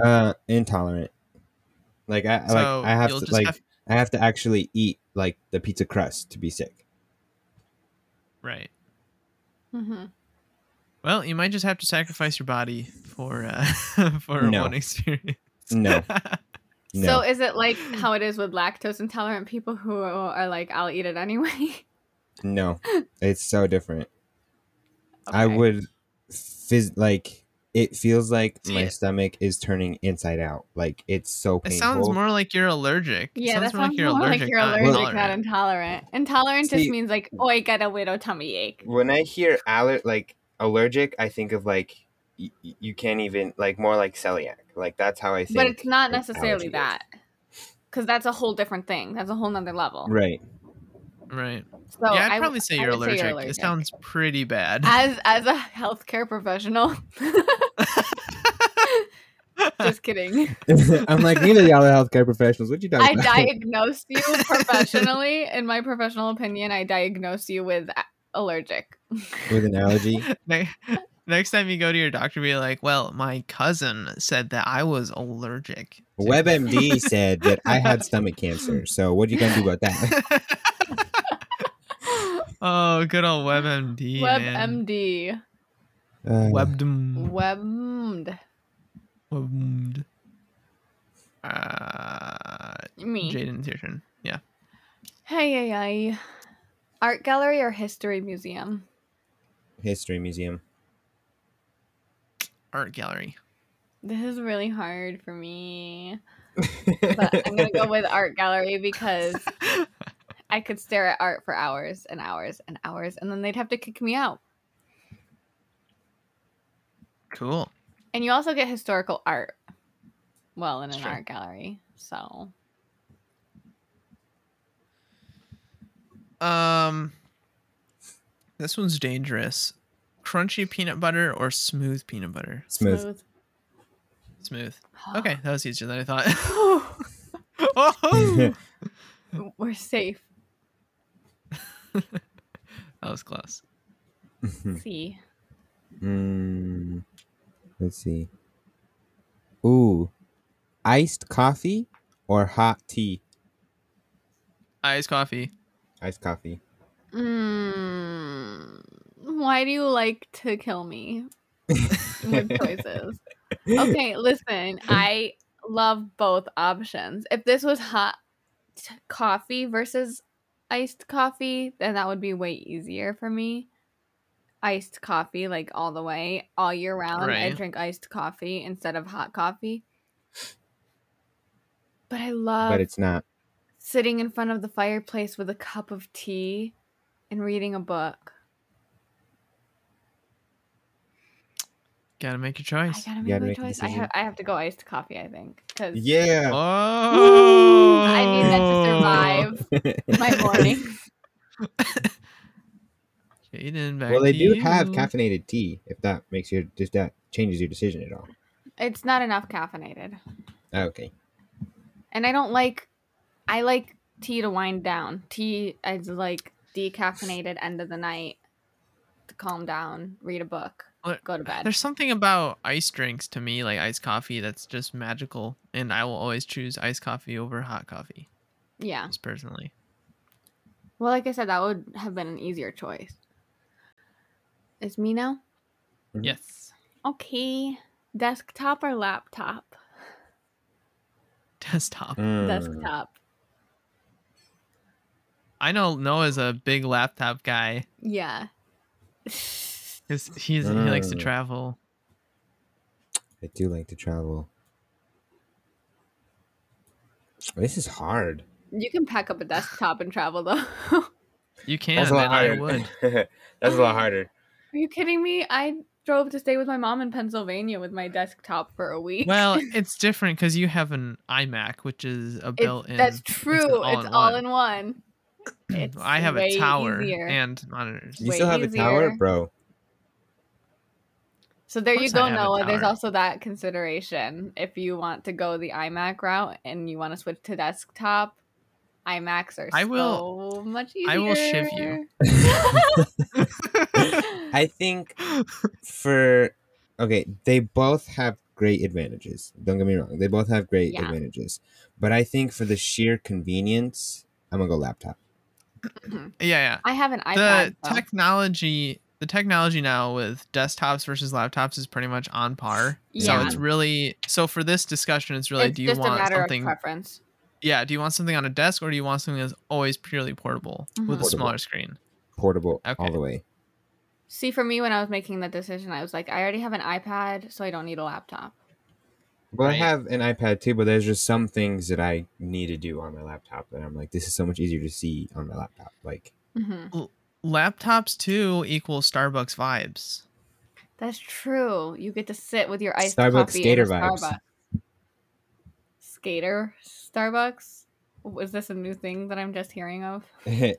Uh, intolerant. Like I So like I have you'll to just like have I have to actually eat like the pizza crust to be sick. right. Mm-hmm. Well, you might just have to sacrifice your body for uh for No. one experience. No, no. So is it like how it is with lactose intolerant people who are like, I'll eat it anyway? No, it's so different. I Okay. would, phys- like, it feels like See, my it- stomach is turning inside out. Like, it's so It painful. sounds more like you're allergic. It Yeah, that sounds more like you're more allergic. like you're not allergic, not intolerant. intolerant. Intolerant just See- means like, oh, I got a widow tummy ache. when I hear aller- like allergic, I think of like y- y- you can't even like more like celiac. Like that's how I think. But it's not an allergy necessarily is. that. Because that's a whole different thing. That's a whole nother level. Right. Right. So yeah, I'd Oh, I w- probably say I you're, would allergic. It sounds pretty bad. as as a healthcare professional. Just kidding. I'm like, neither of y'all are healthcare professionals. What you talking I about? diagnosed you professionally. In my professional opinion, I diagnosed you with a- allergic. With an allergy. Ne- Next time you go to your doctor, be like, "Well, my cousin said that I was allergic." to-" WebMD said that I had stomach cancer. So what are you gonna do about that? oh, good old WebMD. man. WebMD. Uh, Webdom. Webmed. Webmd. Uh, Me. Jaden's your turn. Yeah. Hey, hey, hey. Art gallery or history museum? History museum. Art gallery. This is really hard for me. But I'm going to go with art gallery because I could stare at art for hours and hours and hours, and then they'd have to kick me out. cool. And you also get historical art. Well, in an Sure. art gallery. So Um, this one's dangerous. Crunchy peanut butter or smooth peanut butter? Smooth. Smooth. Okay, that was easier than I thought. oh, We're safe. that was close. See. Mm, let's see. Ooh, iced coffee or hot tea? Iced coffee. Iced coffee. Mm, why do you like to kill me with choices? Okay, listen, I love both options. If this was hot t- coffee versus iced coffee, then that would be way easier for me. Iced coffee, like all the way, all year round. I Right. drink iced coffee instead of hot coffee. But I love but it's not. sitting in front of the fireplace with a cup of tea and reading a book. Gotta make your I choice. gotta gotta make my make a choice. I decision. have I have to go iced coffee. I think because Yeah. Oh, I need that to survive my morning. Jaden, back well, they to do you. have caffeinated tea. If that makes your if that changes your decision at all. it's not enough caffeinated, Okay. and I don't like. I like tea to wind down. Tea is like decaffeinated end of the night to calm down, read a book, What- go to bed. There's something about iced drinks to me, like iced coffee, that's just magical, and I will always choose iced coffee over hot coffee, Yeah. just personally. Well, like I said, that would have been an easier choice. It's me now. Mhm. Yes. Okay. Desktop or laptop? Desktop. Hmm. Mm. Desktop. I know Noah's a big laptop guy Yeah. 'cause he's he likes to Mm. travel. I do like to travel. This is hard. you can pack up a desktop and travel though. You can, and I would. That's a lot harder. Are you kidding me? I drove to stay with my mom in Pennsylvania with my desktop for a week. Well, it's different because you have an iMac, which is a It's- built-in. that's true. It's all, in, one. one. It's I have a way tower easier. and monitors. You Way still have a tower, easier. bro. so there you course go, I have a Noah. There's tower. also that consideration. If you want to go the iMac route and you want to switch to desktop, iMacs are I will- so much easier. I will shiv you. I think for okay, they both have great advantages. Don't get me wrong; they both have great Yeah. advantages. But I think for the sheer convenience, I'm gonna go laptop. yeah, I have an yeah. iPad. The though. technology, the technology now with desktops versus laptops is pretty much on par. So Yeah. it's really so for this discussion, it's really it's do you just a want matter something? of preference. Yeah, do you want something on a desk or do you want something that's always purely portable Mm-hmm. with a Mhm. smaller screen? Portable Okay. all the way. See, for me, when I was making that decision, I was like, I already have an iPad, so I don't need a laptop. Well, Right. I have an iPad too, but there's just some things that I need to do on my laptop, and I'm like, this is so much easier to see on my laptop. Like, hmm Laptops too equal Starbucks vibes. That's true. You get to sit with your iced Starbucks coffee. in skater a vibes. Starbucks. Skater Starbucks. Was this a new thing that I'm just hearing of?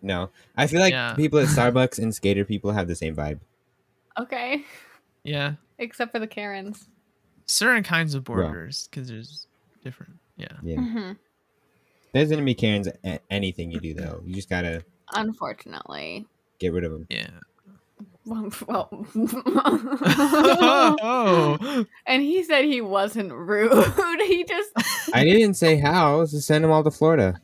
no, I feel like Yeah. people at Starbucks and skater people have the same vibe. Okay. Yeah. Except for the Karens. Certain kinds of burgers because there's different. Yeah. Yeah, hmm there's gonna be Karens at anything you do though. You just gotta Unfortunately. get rid of them. Yeah. Well, oh. and he said he wasn't rude. He just I didn't say how. So send them all to Florida.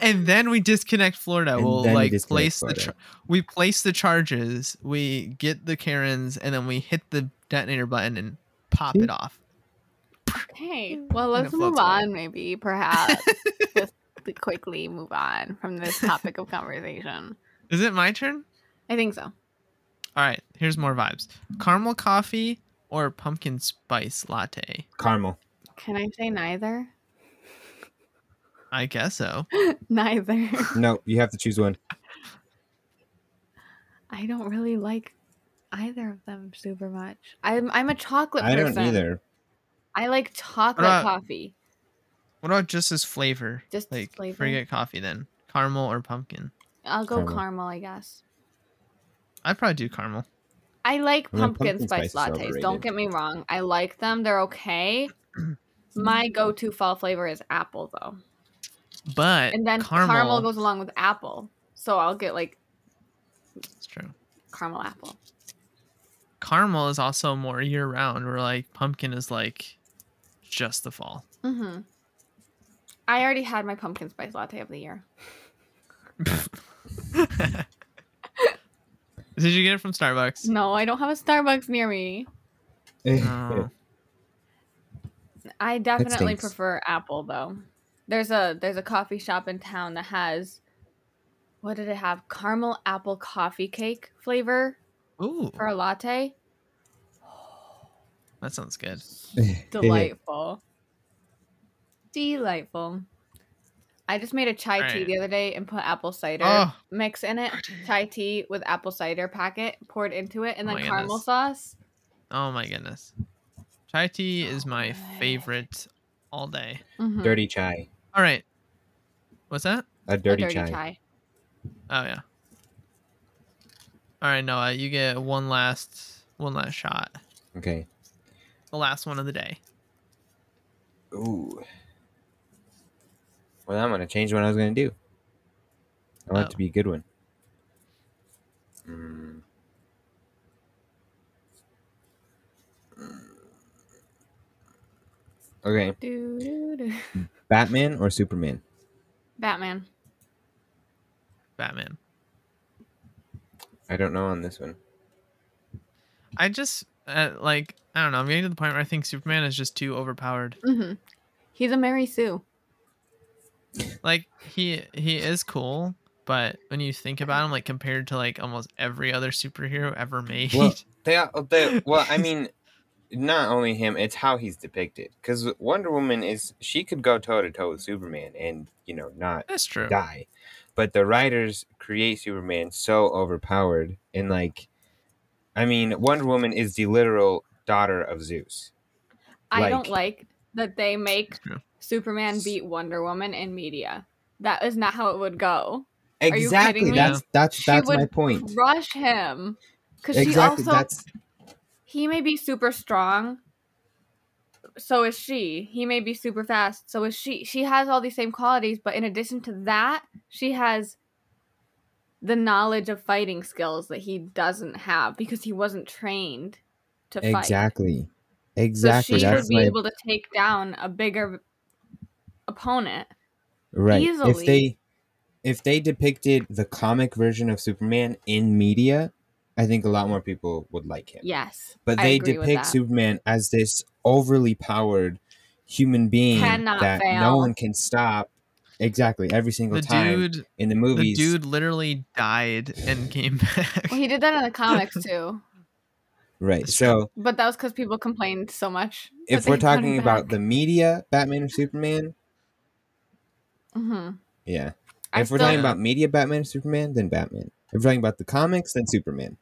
And then we disconnect Florida. And we'll then we like disconnect place the Florida. char- we place the charges. We get the Karens, and then we hit the detonator button and pop See? it off. Okay. And Well, let's it move floats away. on, maybe, perhaps. Just to quickly move on from this topic of conversation. Is it my turn? I think so. All right. Here's more vibes: caramel coffee or pumpkin spice latte. Carmel. Can I say neither? I guess so. Neither. No, you have to choose one. I don't really like either of them super much. I'm I'm a chocolate I person. don't either. I like chocolate about- coffee. What about just as flavor? Just as like flavor? forget coffee then. Caramel or pumpkin. I'll go Caramel. caramel. I guess. I'd probably do caramel. I like I mean, pumpkin, pumpkin spice spice, is lattes. overrated. Don't get me wrong. I like them. They're okay. My go-to fall flavor is apple though. But And then Eh, caramel, caramel goes along with apple. So I'll get like It's true. caramel apple. Caramel is also more year round. Where like pumpkin is like just the fall. Mm-hmm. I already had my pumpkin spice latte of the year. Did you get it from Starbucks? No, I don't have a Starbucks near me. Oh. I definitely stinks. prefer apple though. There's a there's a coffee shop in town that has what did it have? Caramel apple coffee cake flavor Ooh, for a latte. that sounds good. Delightful. Delightful. I just made a chai tea Right. the other day and put apple cider Oh. mix in it. Chai tea with apple cider packet poured into it and Oh then my caramel goodness. sauce. Oh my goodness, chai tea is So my good. favorite all day. Mhm. dirty chai. All right, what's that? A A dirty, chai. Oh yeah. All right, Noah, you get one last one last shot. Okay. The last one of the day. Ooh. Well, I'm gonna change what I was gonna do. I want it to Oh. be a good one. Mm. Okay, Doo, doo, doo. Batman or Superman? Batman. Batman. I don't know on this one. I just uh, like I don't know. I'm getting to the point where I think Superman is just too overpowered. hmm He's a Mary Sue. Like he he is cool, but when you think about him, like compared to like almost every other superhero ever made, Well, They, are- uh, they well, I mean, not only him; it's how he's depicted. Because Wonder Woman is she could go toe to toe with Superman, and you know, not that's true. die. But the writers create Superman so overpowered and like I mean Wonder Woman is the literal daughter of Zeus. I don't Like- like that they make That's true. Superman beat Wonder Woman in media. That is not how it would go. you kidding Exactly. me? That's that's She that's would my point. Rush him. Because Exactly. she also That's he may be super strong. So is she. He may be super fast. So is she. She has all these same qualities, but in addition to that, she has the knowledge of fighting skills that he doesn't have because he wasn't trained to fight. exactly. Exactly. So she that's should be my able to take down a bigger opponent. right. If easily. they if they depicted the comic version of Superman in media, I think a lot more people would like him. Yes. But I they agree with depict that. Superman as this overly powered human being Cannot that no fail. one can stop. Exactly, every single The time dude, in the the movies. dude literally died and came back. Well, he did that in the comics too, right. That's So, but that was because people complained so much. if we're talking about the media, Batman or Superman, hmm yeah. I if we're still- talking about media Batman or Superman, then Batman. If we're talking about the comics, then Superman.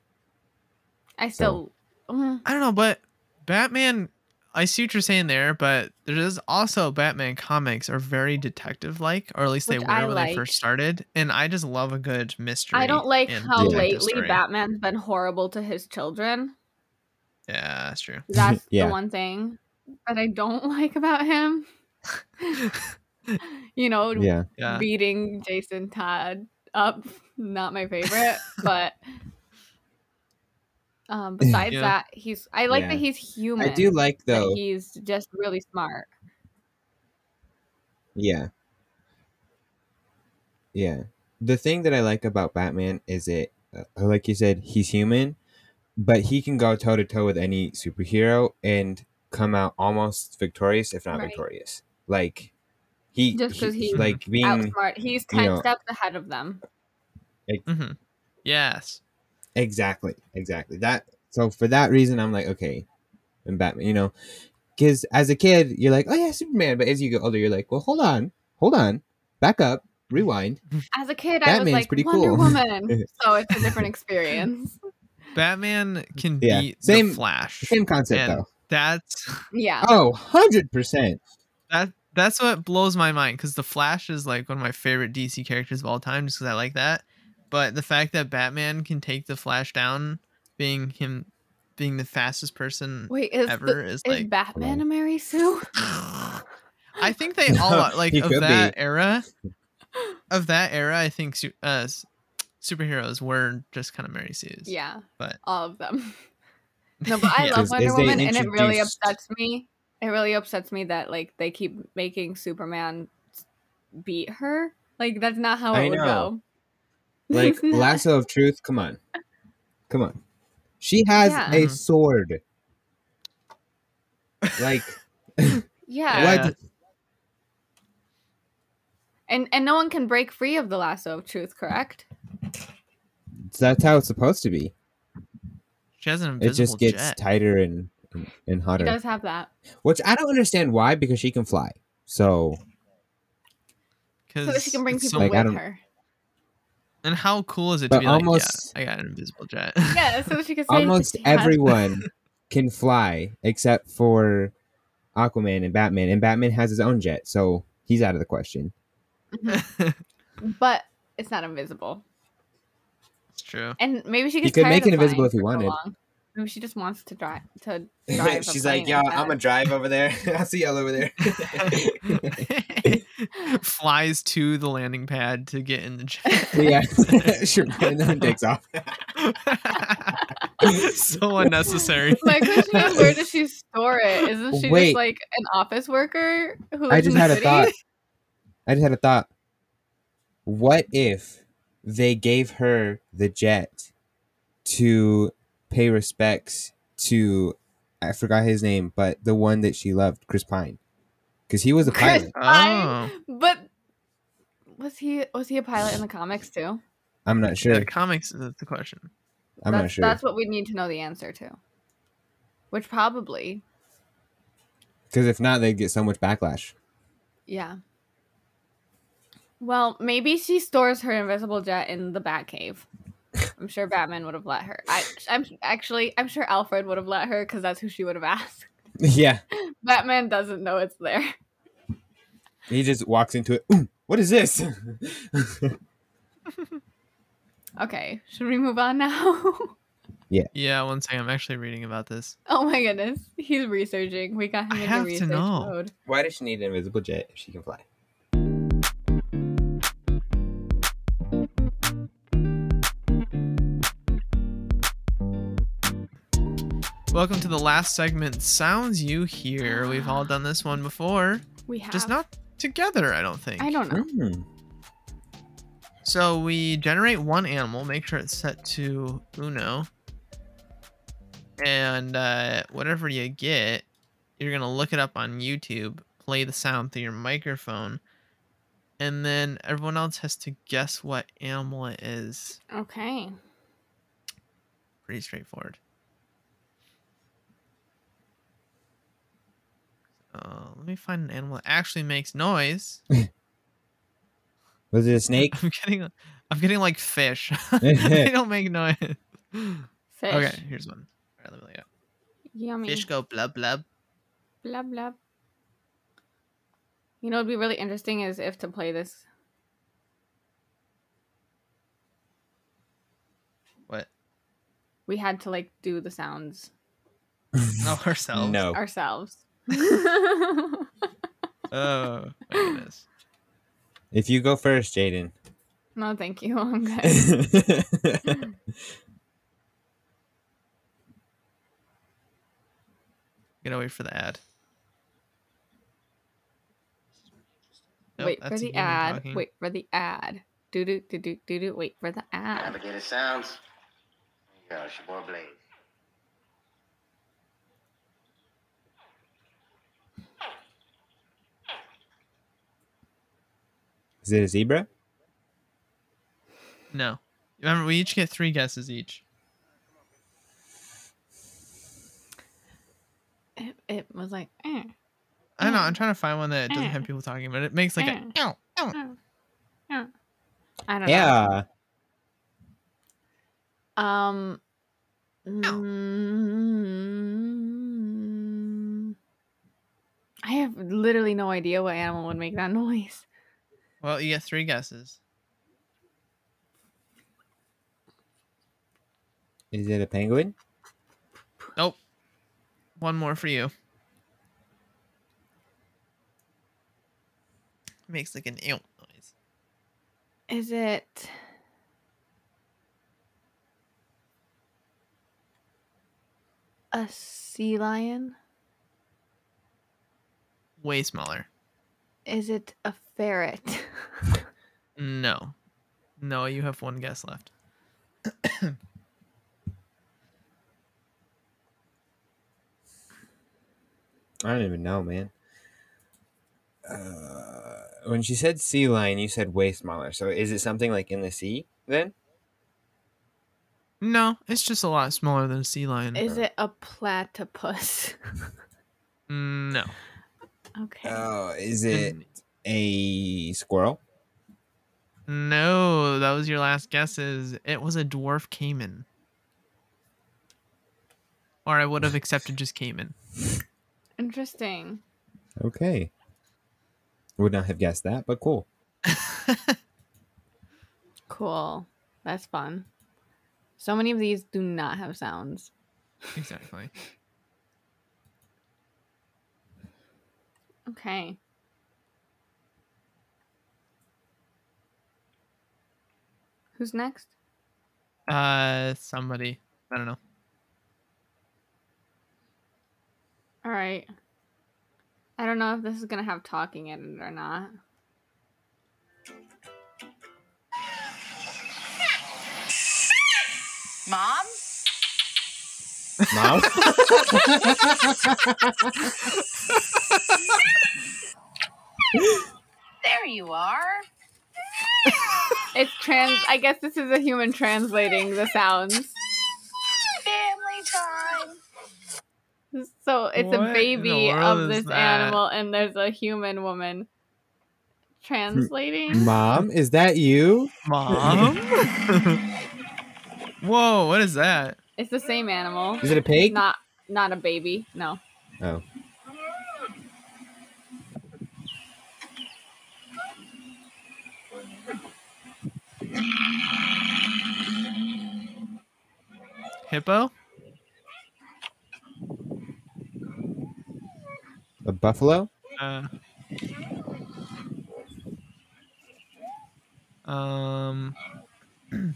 I still, Mhm. I don't know, but Batman I see what you're saying there, but there is also Batman comics are very detective like, or at least they Which were I when like. they first started. And I just love a good mystery. I don't like and how detective lately story. Batman's been horrible to his children. Yeah, that's true. That's Yeah. the one thing that I don't like about him. you know, Yeah. Yeah. beating Jason Todd up. Not my favorite, but um, besides Yeah. that, he's. I like Yeah. that he's human. I do like that though. he's just really smart. Yeah. Yeah. The thing that I like about Batman is it, uh, like you said, he's human, but he can go toe to toe with any superhero and come out almost victorious, if not Right. victorious. Like, he, Just 'cause he- he like being Outsmart. He's ten know- steps ahead of them. hmm Yes. exactly, exactly that. So for that reason, I'm like, okay, and Batman, you know, because as a kid, you're like, oh yeah, Superman, but as you get older, you're like, well, hold on, hold on, back up, rewind. As a kid, I was Batman's like pretty Wonder cool." Woman, so it's a different experience. Batman can Yeah. beat Same- the Flash. Same concept And though. That's Yeah, Oh, 100%. that that's what blows my mind because the Flash is like one of my favorite DC characters of all time, just because I like that. But the fact that Batman can take the Flash down, being him, being the fastest person wait, is the- ever, is is like. Batman a Mary Sue? I think they all are, like He of could that be. era. Of that era, I think su- uh, s- superheroes were just kind of Mary Sue's. Yeah, But- all of them. No, but I Yeah. love Because Wonder as they Woman, and it really introduced- upsets me. It really upsets me that like they keep making Superman s- beat her. Like that's not how it I would know. go. Like lasso of truth. Come on, come on. She has Yeah. a Mhm. sword. Like yeah, Yeah. what? and and no one can break free of the lasso of truth, correct? That's how it's supposed to be. She has an invisible It just gets jet. tighter and and, and He hotter. does have that. Which I don't understand why, because she can fly. So So that she can bring it's people Like, I with don't- her. and how cool is it But to be almost- like, yeah, I got an invisible jet. Yeah, so she could say that almost she has- everyone can fly except for Aquaman and Batman, and Batman has his own jet, so he's out of the question. Mhm. but it's not invisible. it's true. And maybe she He gets could tired make of it invisible flying if he for so wanted. long. Maybe she just wants to drive to drive. a plane instead. drive over there. I'll see y'all over there. Flies to the landing pad to get in the jet. yeah, sure. And then takes off. so unnecessary. My question is, where does she store it? Isn't she Wait. just like an office worker who lives I just in the had a city? thought. I just had a thought. What if they gave her the jet to pay respects to I forgot his name, but the one that she loved, Chris Pine, because he was a Chris pilot. Pine, Oh. but was he was he a pilot in the comics too? I'm not sure. The comics is the question. I'm that's, not sure That's what we need to know the answer to. Which probably, because if not, they'd get so much backlash. yeah. Well, maybe she stores her invisible jet in the Batcave. I'm sure Batman would have let her. I, I'm actually, I'm sure Alfred would have let her because that's who she would have asked. yeah, Batman doesn't know it's there. he just walks into it. "Ooh, what is this? Okay, should we move on now? Yeah, one second. I'm actually reading about this. Oh my goodness, he's researching. We got him I in have the to research know. mode. Why does she need an invisible jet if she can fly? Welcome to the last segment. Sounds you here. We've all done this one before, We have. just not together. I don't think. I don't know. Hmm. So we generate one animal, make sure it's set to Uno, and uh, whatever you get, you're gonna look it up on YouTube, play the sound through your microphone, and then everyone else has to guess what animal it is. Okay. Pretty straightforward. Uh, let me find an animal that actually makes noise. Was it a snake? I'm getting, I'm getting like fish. they don't make noise. Fish. Okay, here's one. All right, let me lay it out. Yummy. Fish go blub blub. blah blah. You know, it'd be really interesting is if to play this. What? We had to like do the sounds No, ourselves. No. ourselves. Oh, my goodness. If you go first, Jaden. no, thank you. I'm good. That's Get away for the ad. Nope, Wait for that's a the human ad. talking. Wait for the ad. Do do do do do do. Wait for the ad. Navigated Sounds. Here you go, it's your boy Blade. Is it a zebra? No. Remember, we each get three guesses each. It, it was like. Eh. I don't know. Eh. I'm trying to find one that doesn't Eh. have people talking, but it makes like a Eh. ow, ow. I don't know. Yeah. Um. mm, I have literally no idea what animal would make that noise. Well, you get three guesses. Is it a penguin? Nope. One more for you. Makes like an ow noise. Is it? A sea lion? Way smaller. Is it a ferret? No. No, you have one guess left. I don't even know, man. Uh, when she said sea lion, you said way smaller. So is it something like in the sea then? No, it's just a lot smaller than a sea lion. Is it a platypus? no. Okay. Oh, is it a squirrel? No, that was your last guesses. It was a dwarf caiman. Or I would have accepted just caiman. Interesting. Okay. Would not have guessed that, but cool. Cool. That's fun. So many of these do not have sounds. exactly. Okay. Who's next? Uh somebody. I don't know. All right. I don't know if this is going to have talking in it or not. Mom? Mouse? There you are. It's trans. I guess this is a human translating the sounds. Family time. So it's What in a the baby world of is this that? animal, and there's a human woman translating. Mom, is that you? Mom? Whoa, what is that? It's the same animal. Is it a pig? Not not a baby. No. oh. Hippo? A buffalo? Uh, um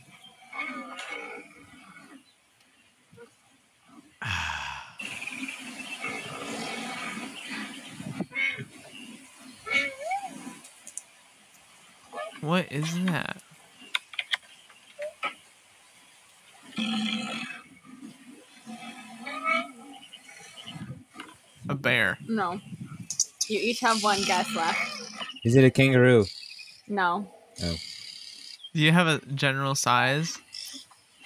What is that? A bear. No. You each have one guess left. Is it a kangaroo? No. Do you have a general size?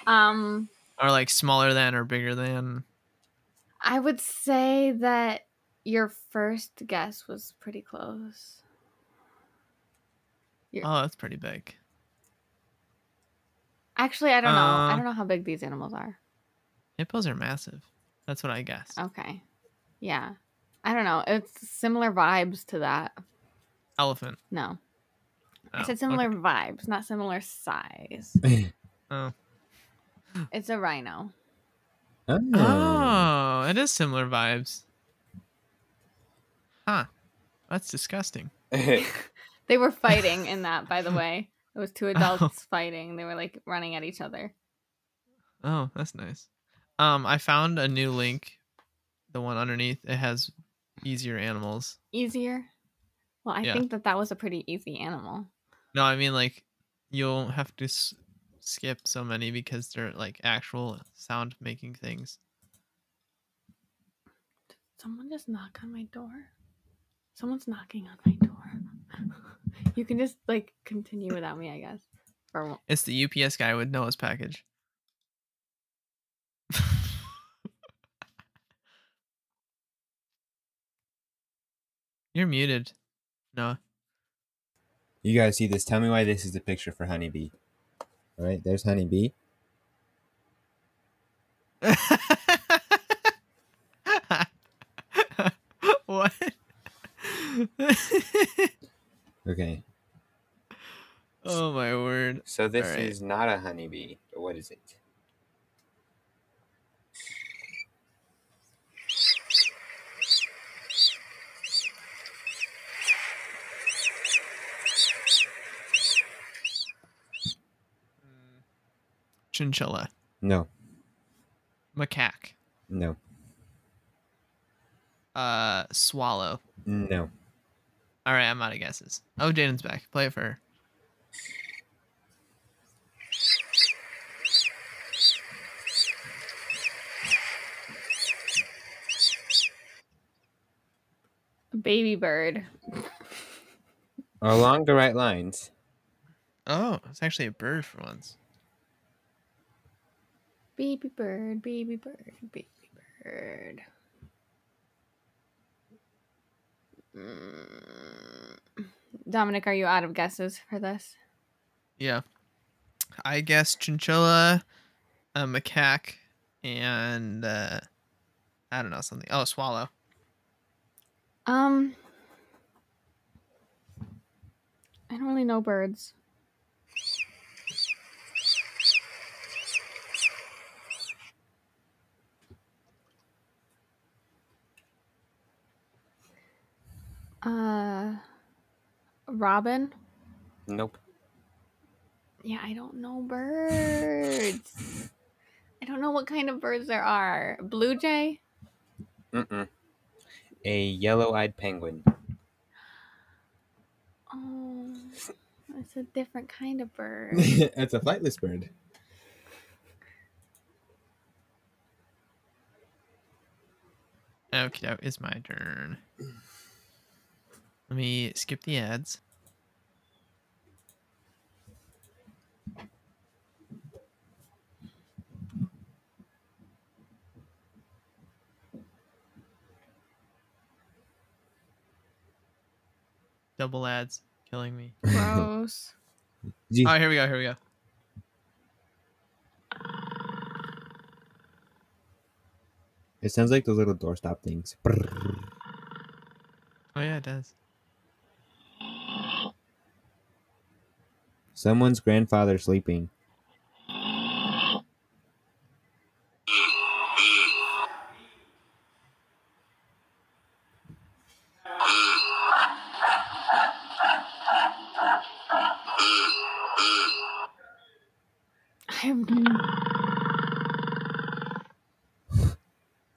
Um, Or like smaller than or bigger than? I would say that your first guess was pretty close. Oh, that's pretty big. Actually, I don't know. I Uh. don't know how big these animals are. Oh. Hippos are massive. That's what I guess. Okay. Yeah. I don't know. It's similar vibes to that. Elephant. No, Oh, I said similar okay. vibes, not similar size. Oh. It's a rhino. Oh. Oh, it is similar vibes. Huh. That's disgusting. Oh. They were fighting in that, by the way. It was two Oh. adults fighting. They were like running at each other. Oh, that's nice. Um, I found a new link. The one underneath it has easier animals. Easier. Well, I Yeah. think that that was a pretty easy animal. No, I mean like you'll have to s- skip so many because they're like actual sound making things. Someone just knock on my door. Someone's knocking on my door. you can just like continue without me, I guess. Or won't- It's the UPS guy with Noah's package. You're muted. Noah. You guys see this? Tell me why this is the picture for honeybee. All right, there's honeybee. what? Okay, oh my word. so this All right. is not a honeybee. But what is it? Chinchilla. No, Macaque. no, Uh swallow. no. Alright, I'm out of guesses. Oh, Jaden's back. Play it for her. a baby bird. Along the right lines. Oh, it's actually a bird for once. Baby bird, baby bird, baby bird. Mm. Dominic, are you out of guesses for this? Yeah. I guess chinchilla, a macaque, and uh I don't know, something. Oh, swallow. Um, I don't really know birds. Uh, robin. Nope. Yeah, I don't know birds. I don't know what kind of birds there are. Blue jay? Mm-mm. A yellow-eyed penguin. Oh, that's a different kind of bird. it's a flightless bird. Okay, now it's my turn. Let me skip the ads. Double ads, killing me. Gross. Gee, All right, here we go. Here we go. it sounds like those little doorstop things. Brrr. Oh yeah, it does. Someone's grandfather sleeping. I have no.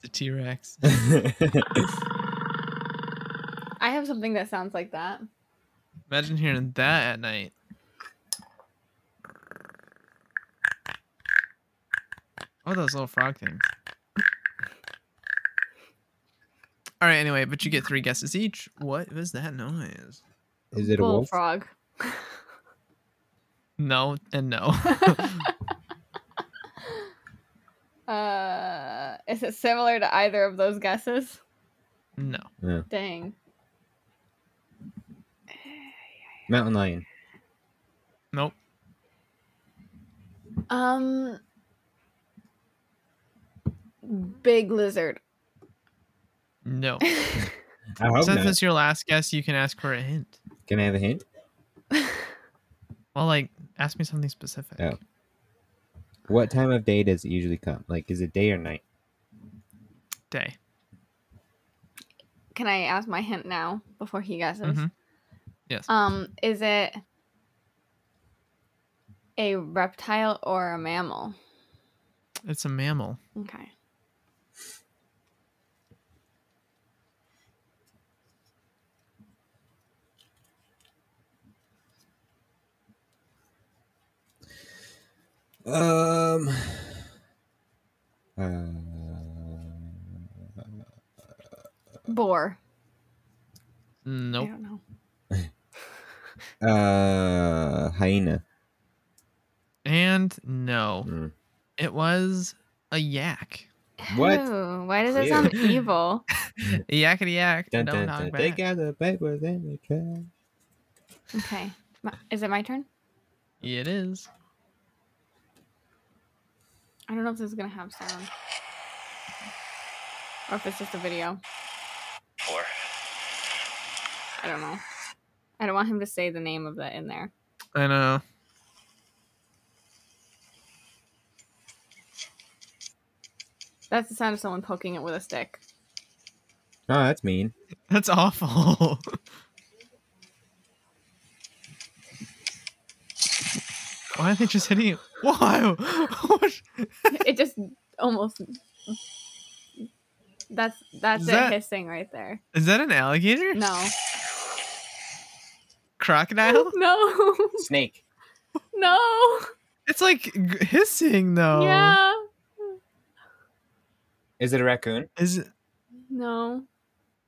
The T Rex. I have something that sounds like that. Imagine hearing that at night. Oh, those little frog things. All right, anyway, but you get three guesses each. What was that noise? Is it a wolf? Bullfrog. No and no. Uh, is it similar to either of those guesses? no. Dang. Mountain lion. Nope. Um, big lizard. No. I hope Since not. it's your last guess, you can ask for a hint. Can I have a hint? Well, like ask me something specific. Oh. What time of day does it usually come? Like, is it day or night? Day. Can I ask my hint now before he guesses? Mhm. Yes. Um, is it a reptile or a mammal? It's a mammal. Okay. Um. Uh, Boar. I Nope. don't know. uh, hyena. And no. Mm. It was a yak. What? Ew, why does it Ew. sound evil? Yakety yak. Dun, don't dun, knock dun. back. They gather papers in the trash. Okay. My, is it my turn? It is. I don't know if this is gonna have sound. Or if it's just a video. Four. I don't know. I don't want him to say the name of that in there. I know. That's the sound of someone poking it with a stick. Oh, that's mean. That's awful. Why are they just hitting it? Whoa! What? it just almost. That's that's Is it that- hissing right there. Is that an alligator? No, Crocodile? no, Snake. no. It's like g- hissing though. Yeah, Is it a raccoon? Is it... no.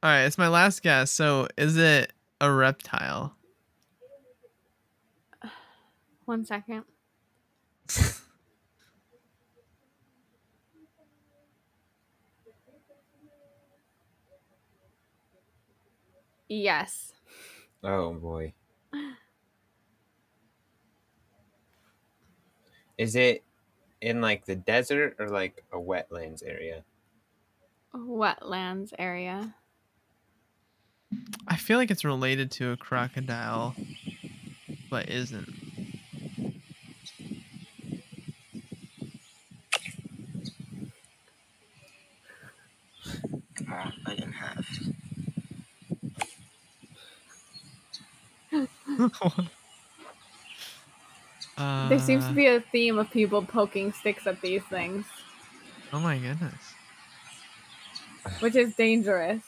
all right. It's my last guess. So is it a reptile? One second. Yes. Oh boy. Is it in like the desert or like a wetlands area? Wetlands area. I feel like it's related to a crocodile, but isn't. Come on, I didn't have. uh, there seems to be a theme of people poking sticks at these things, Oh my goodness. which is dangerous.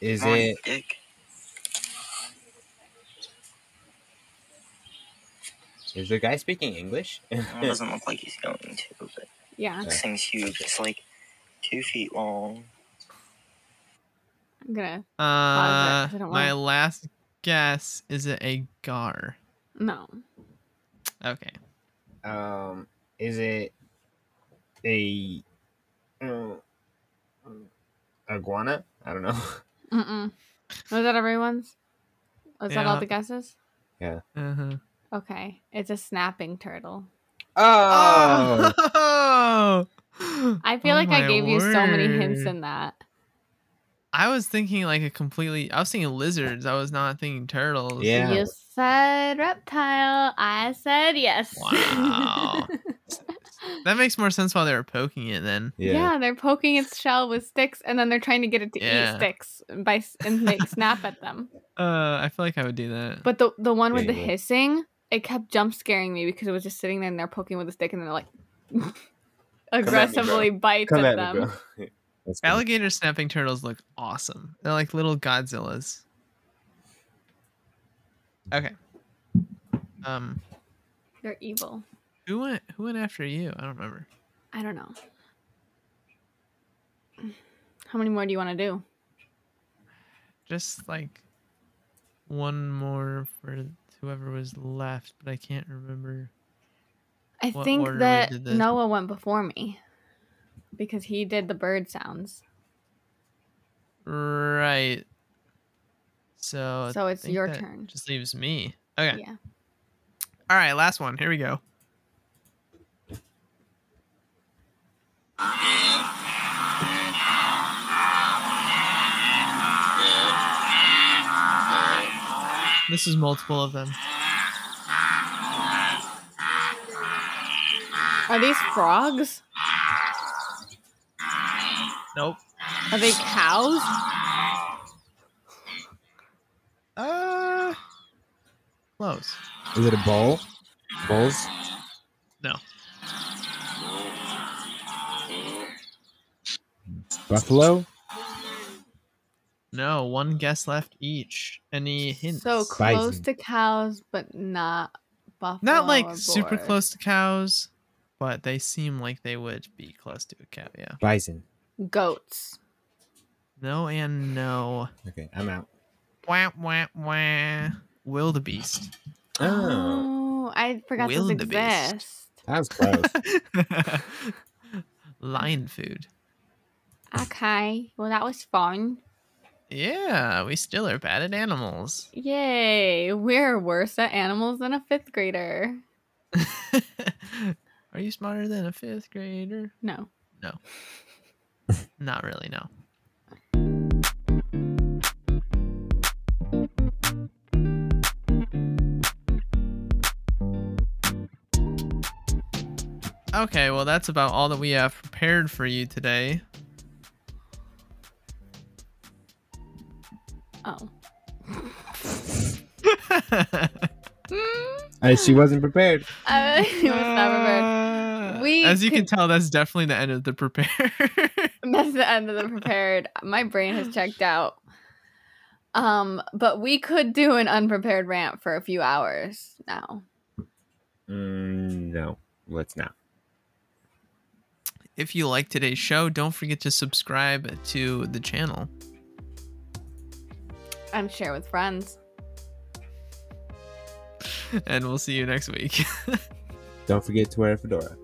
Is Come on, it Dick. Is the guy speaking English? Well, It doesn't look like he's going to, but Yeah, this thing's huge. It's like two feet long. I'm gonna. Uh, Pause it, 'cause I don't my wanna- last guess is it a gar? No. Okay. um, is it a mm, uh, iguana? I don't know. Mm-mm. Was that everyone's? Was that all Yeah. the guesses? Uh-huh. Okay. It's a snapping turtle. Oh, I feel Oh like I my gave you so many hints word. in that. I was thinking like a completely. I was thinking lizards. I was not thinking turtles. Yeah. You said reptile. I said yes. Wow. That makes more sense why they were poking it then. yeah. they're poking its shell with sticks and then they're trying to get it to Yeah. eat sticks by s- and they snap at them. Uh, I feel like I would do that. But the the one with Yeah, the yeah. hissing, it kept jump scaring me because it was just sitting there and they're poking with a stick and they're like aggressively bites come at at me, them. bro. That's mean. alligator snapping turtles look awesome. They're like little Godzillas. Okay. Um, They're evil. who went? Who went after you? I don't remember. I don't know. How many more do you want to do? Just like one more for whoever was left, but I can't remember. I What think order we that did this? Noah went before me because he did the bird sounds. Right. So. Oh, I So it's think your that turn. Just leaves me. Okay. Yeah. All right. Last one. Here we go. This is multiple of them. Are these frogs? Nope. Are they cows? Uh, close. Is it a bull? Bulls? No. Buffalo? No, one guess left each. Any hints? So close Bison. to cows, but not buffalo. Not like or super boar. close to cows, but they seem like they would be close to a cow. Yeah. Bison. Goats. No and no. Okay, I'm out. Wah wah wah. Wildebeest. Oh, Oh, I forgot those Wildebeest. exist. That was close. Lion food. Okay. Well, that was fun. Yeah, we still are bad at animals. Yay. We're worse at animals than a fifth grader. are you smarter than a fifth grader? No. Not really, no. Okay, well, that's about all that we have prepared for you today. Oh. Uh, she wasn't prepared. Uh, it was never Uh, We As you can could- tell, that's definitely the end of the prepare. That's the end of the prepared. My brain has checked out. Um, but we could do an unprepared rant for a few hours now. Mm, no, let's not. if you like today's show, don't forget to subscribe to the channel. And share with friends. And we'll see you next week. Don't forget to wear a fedora.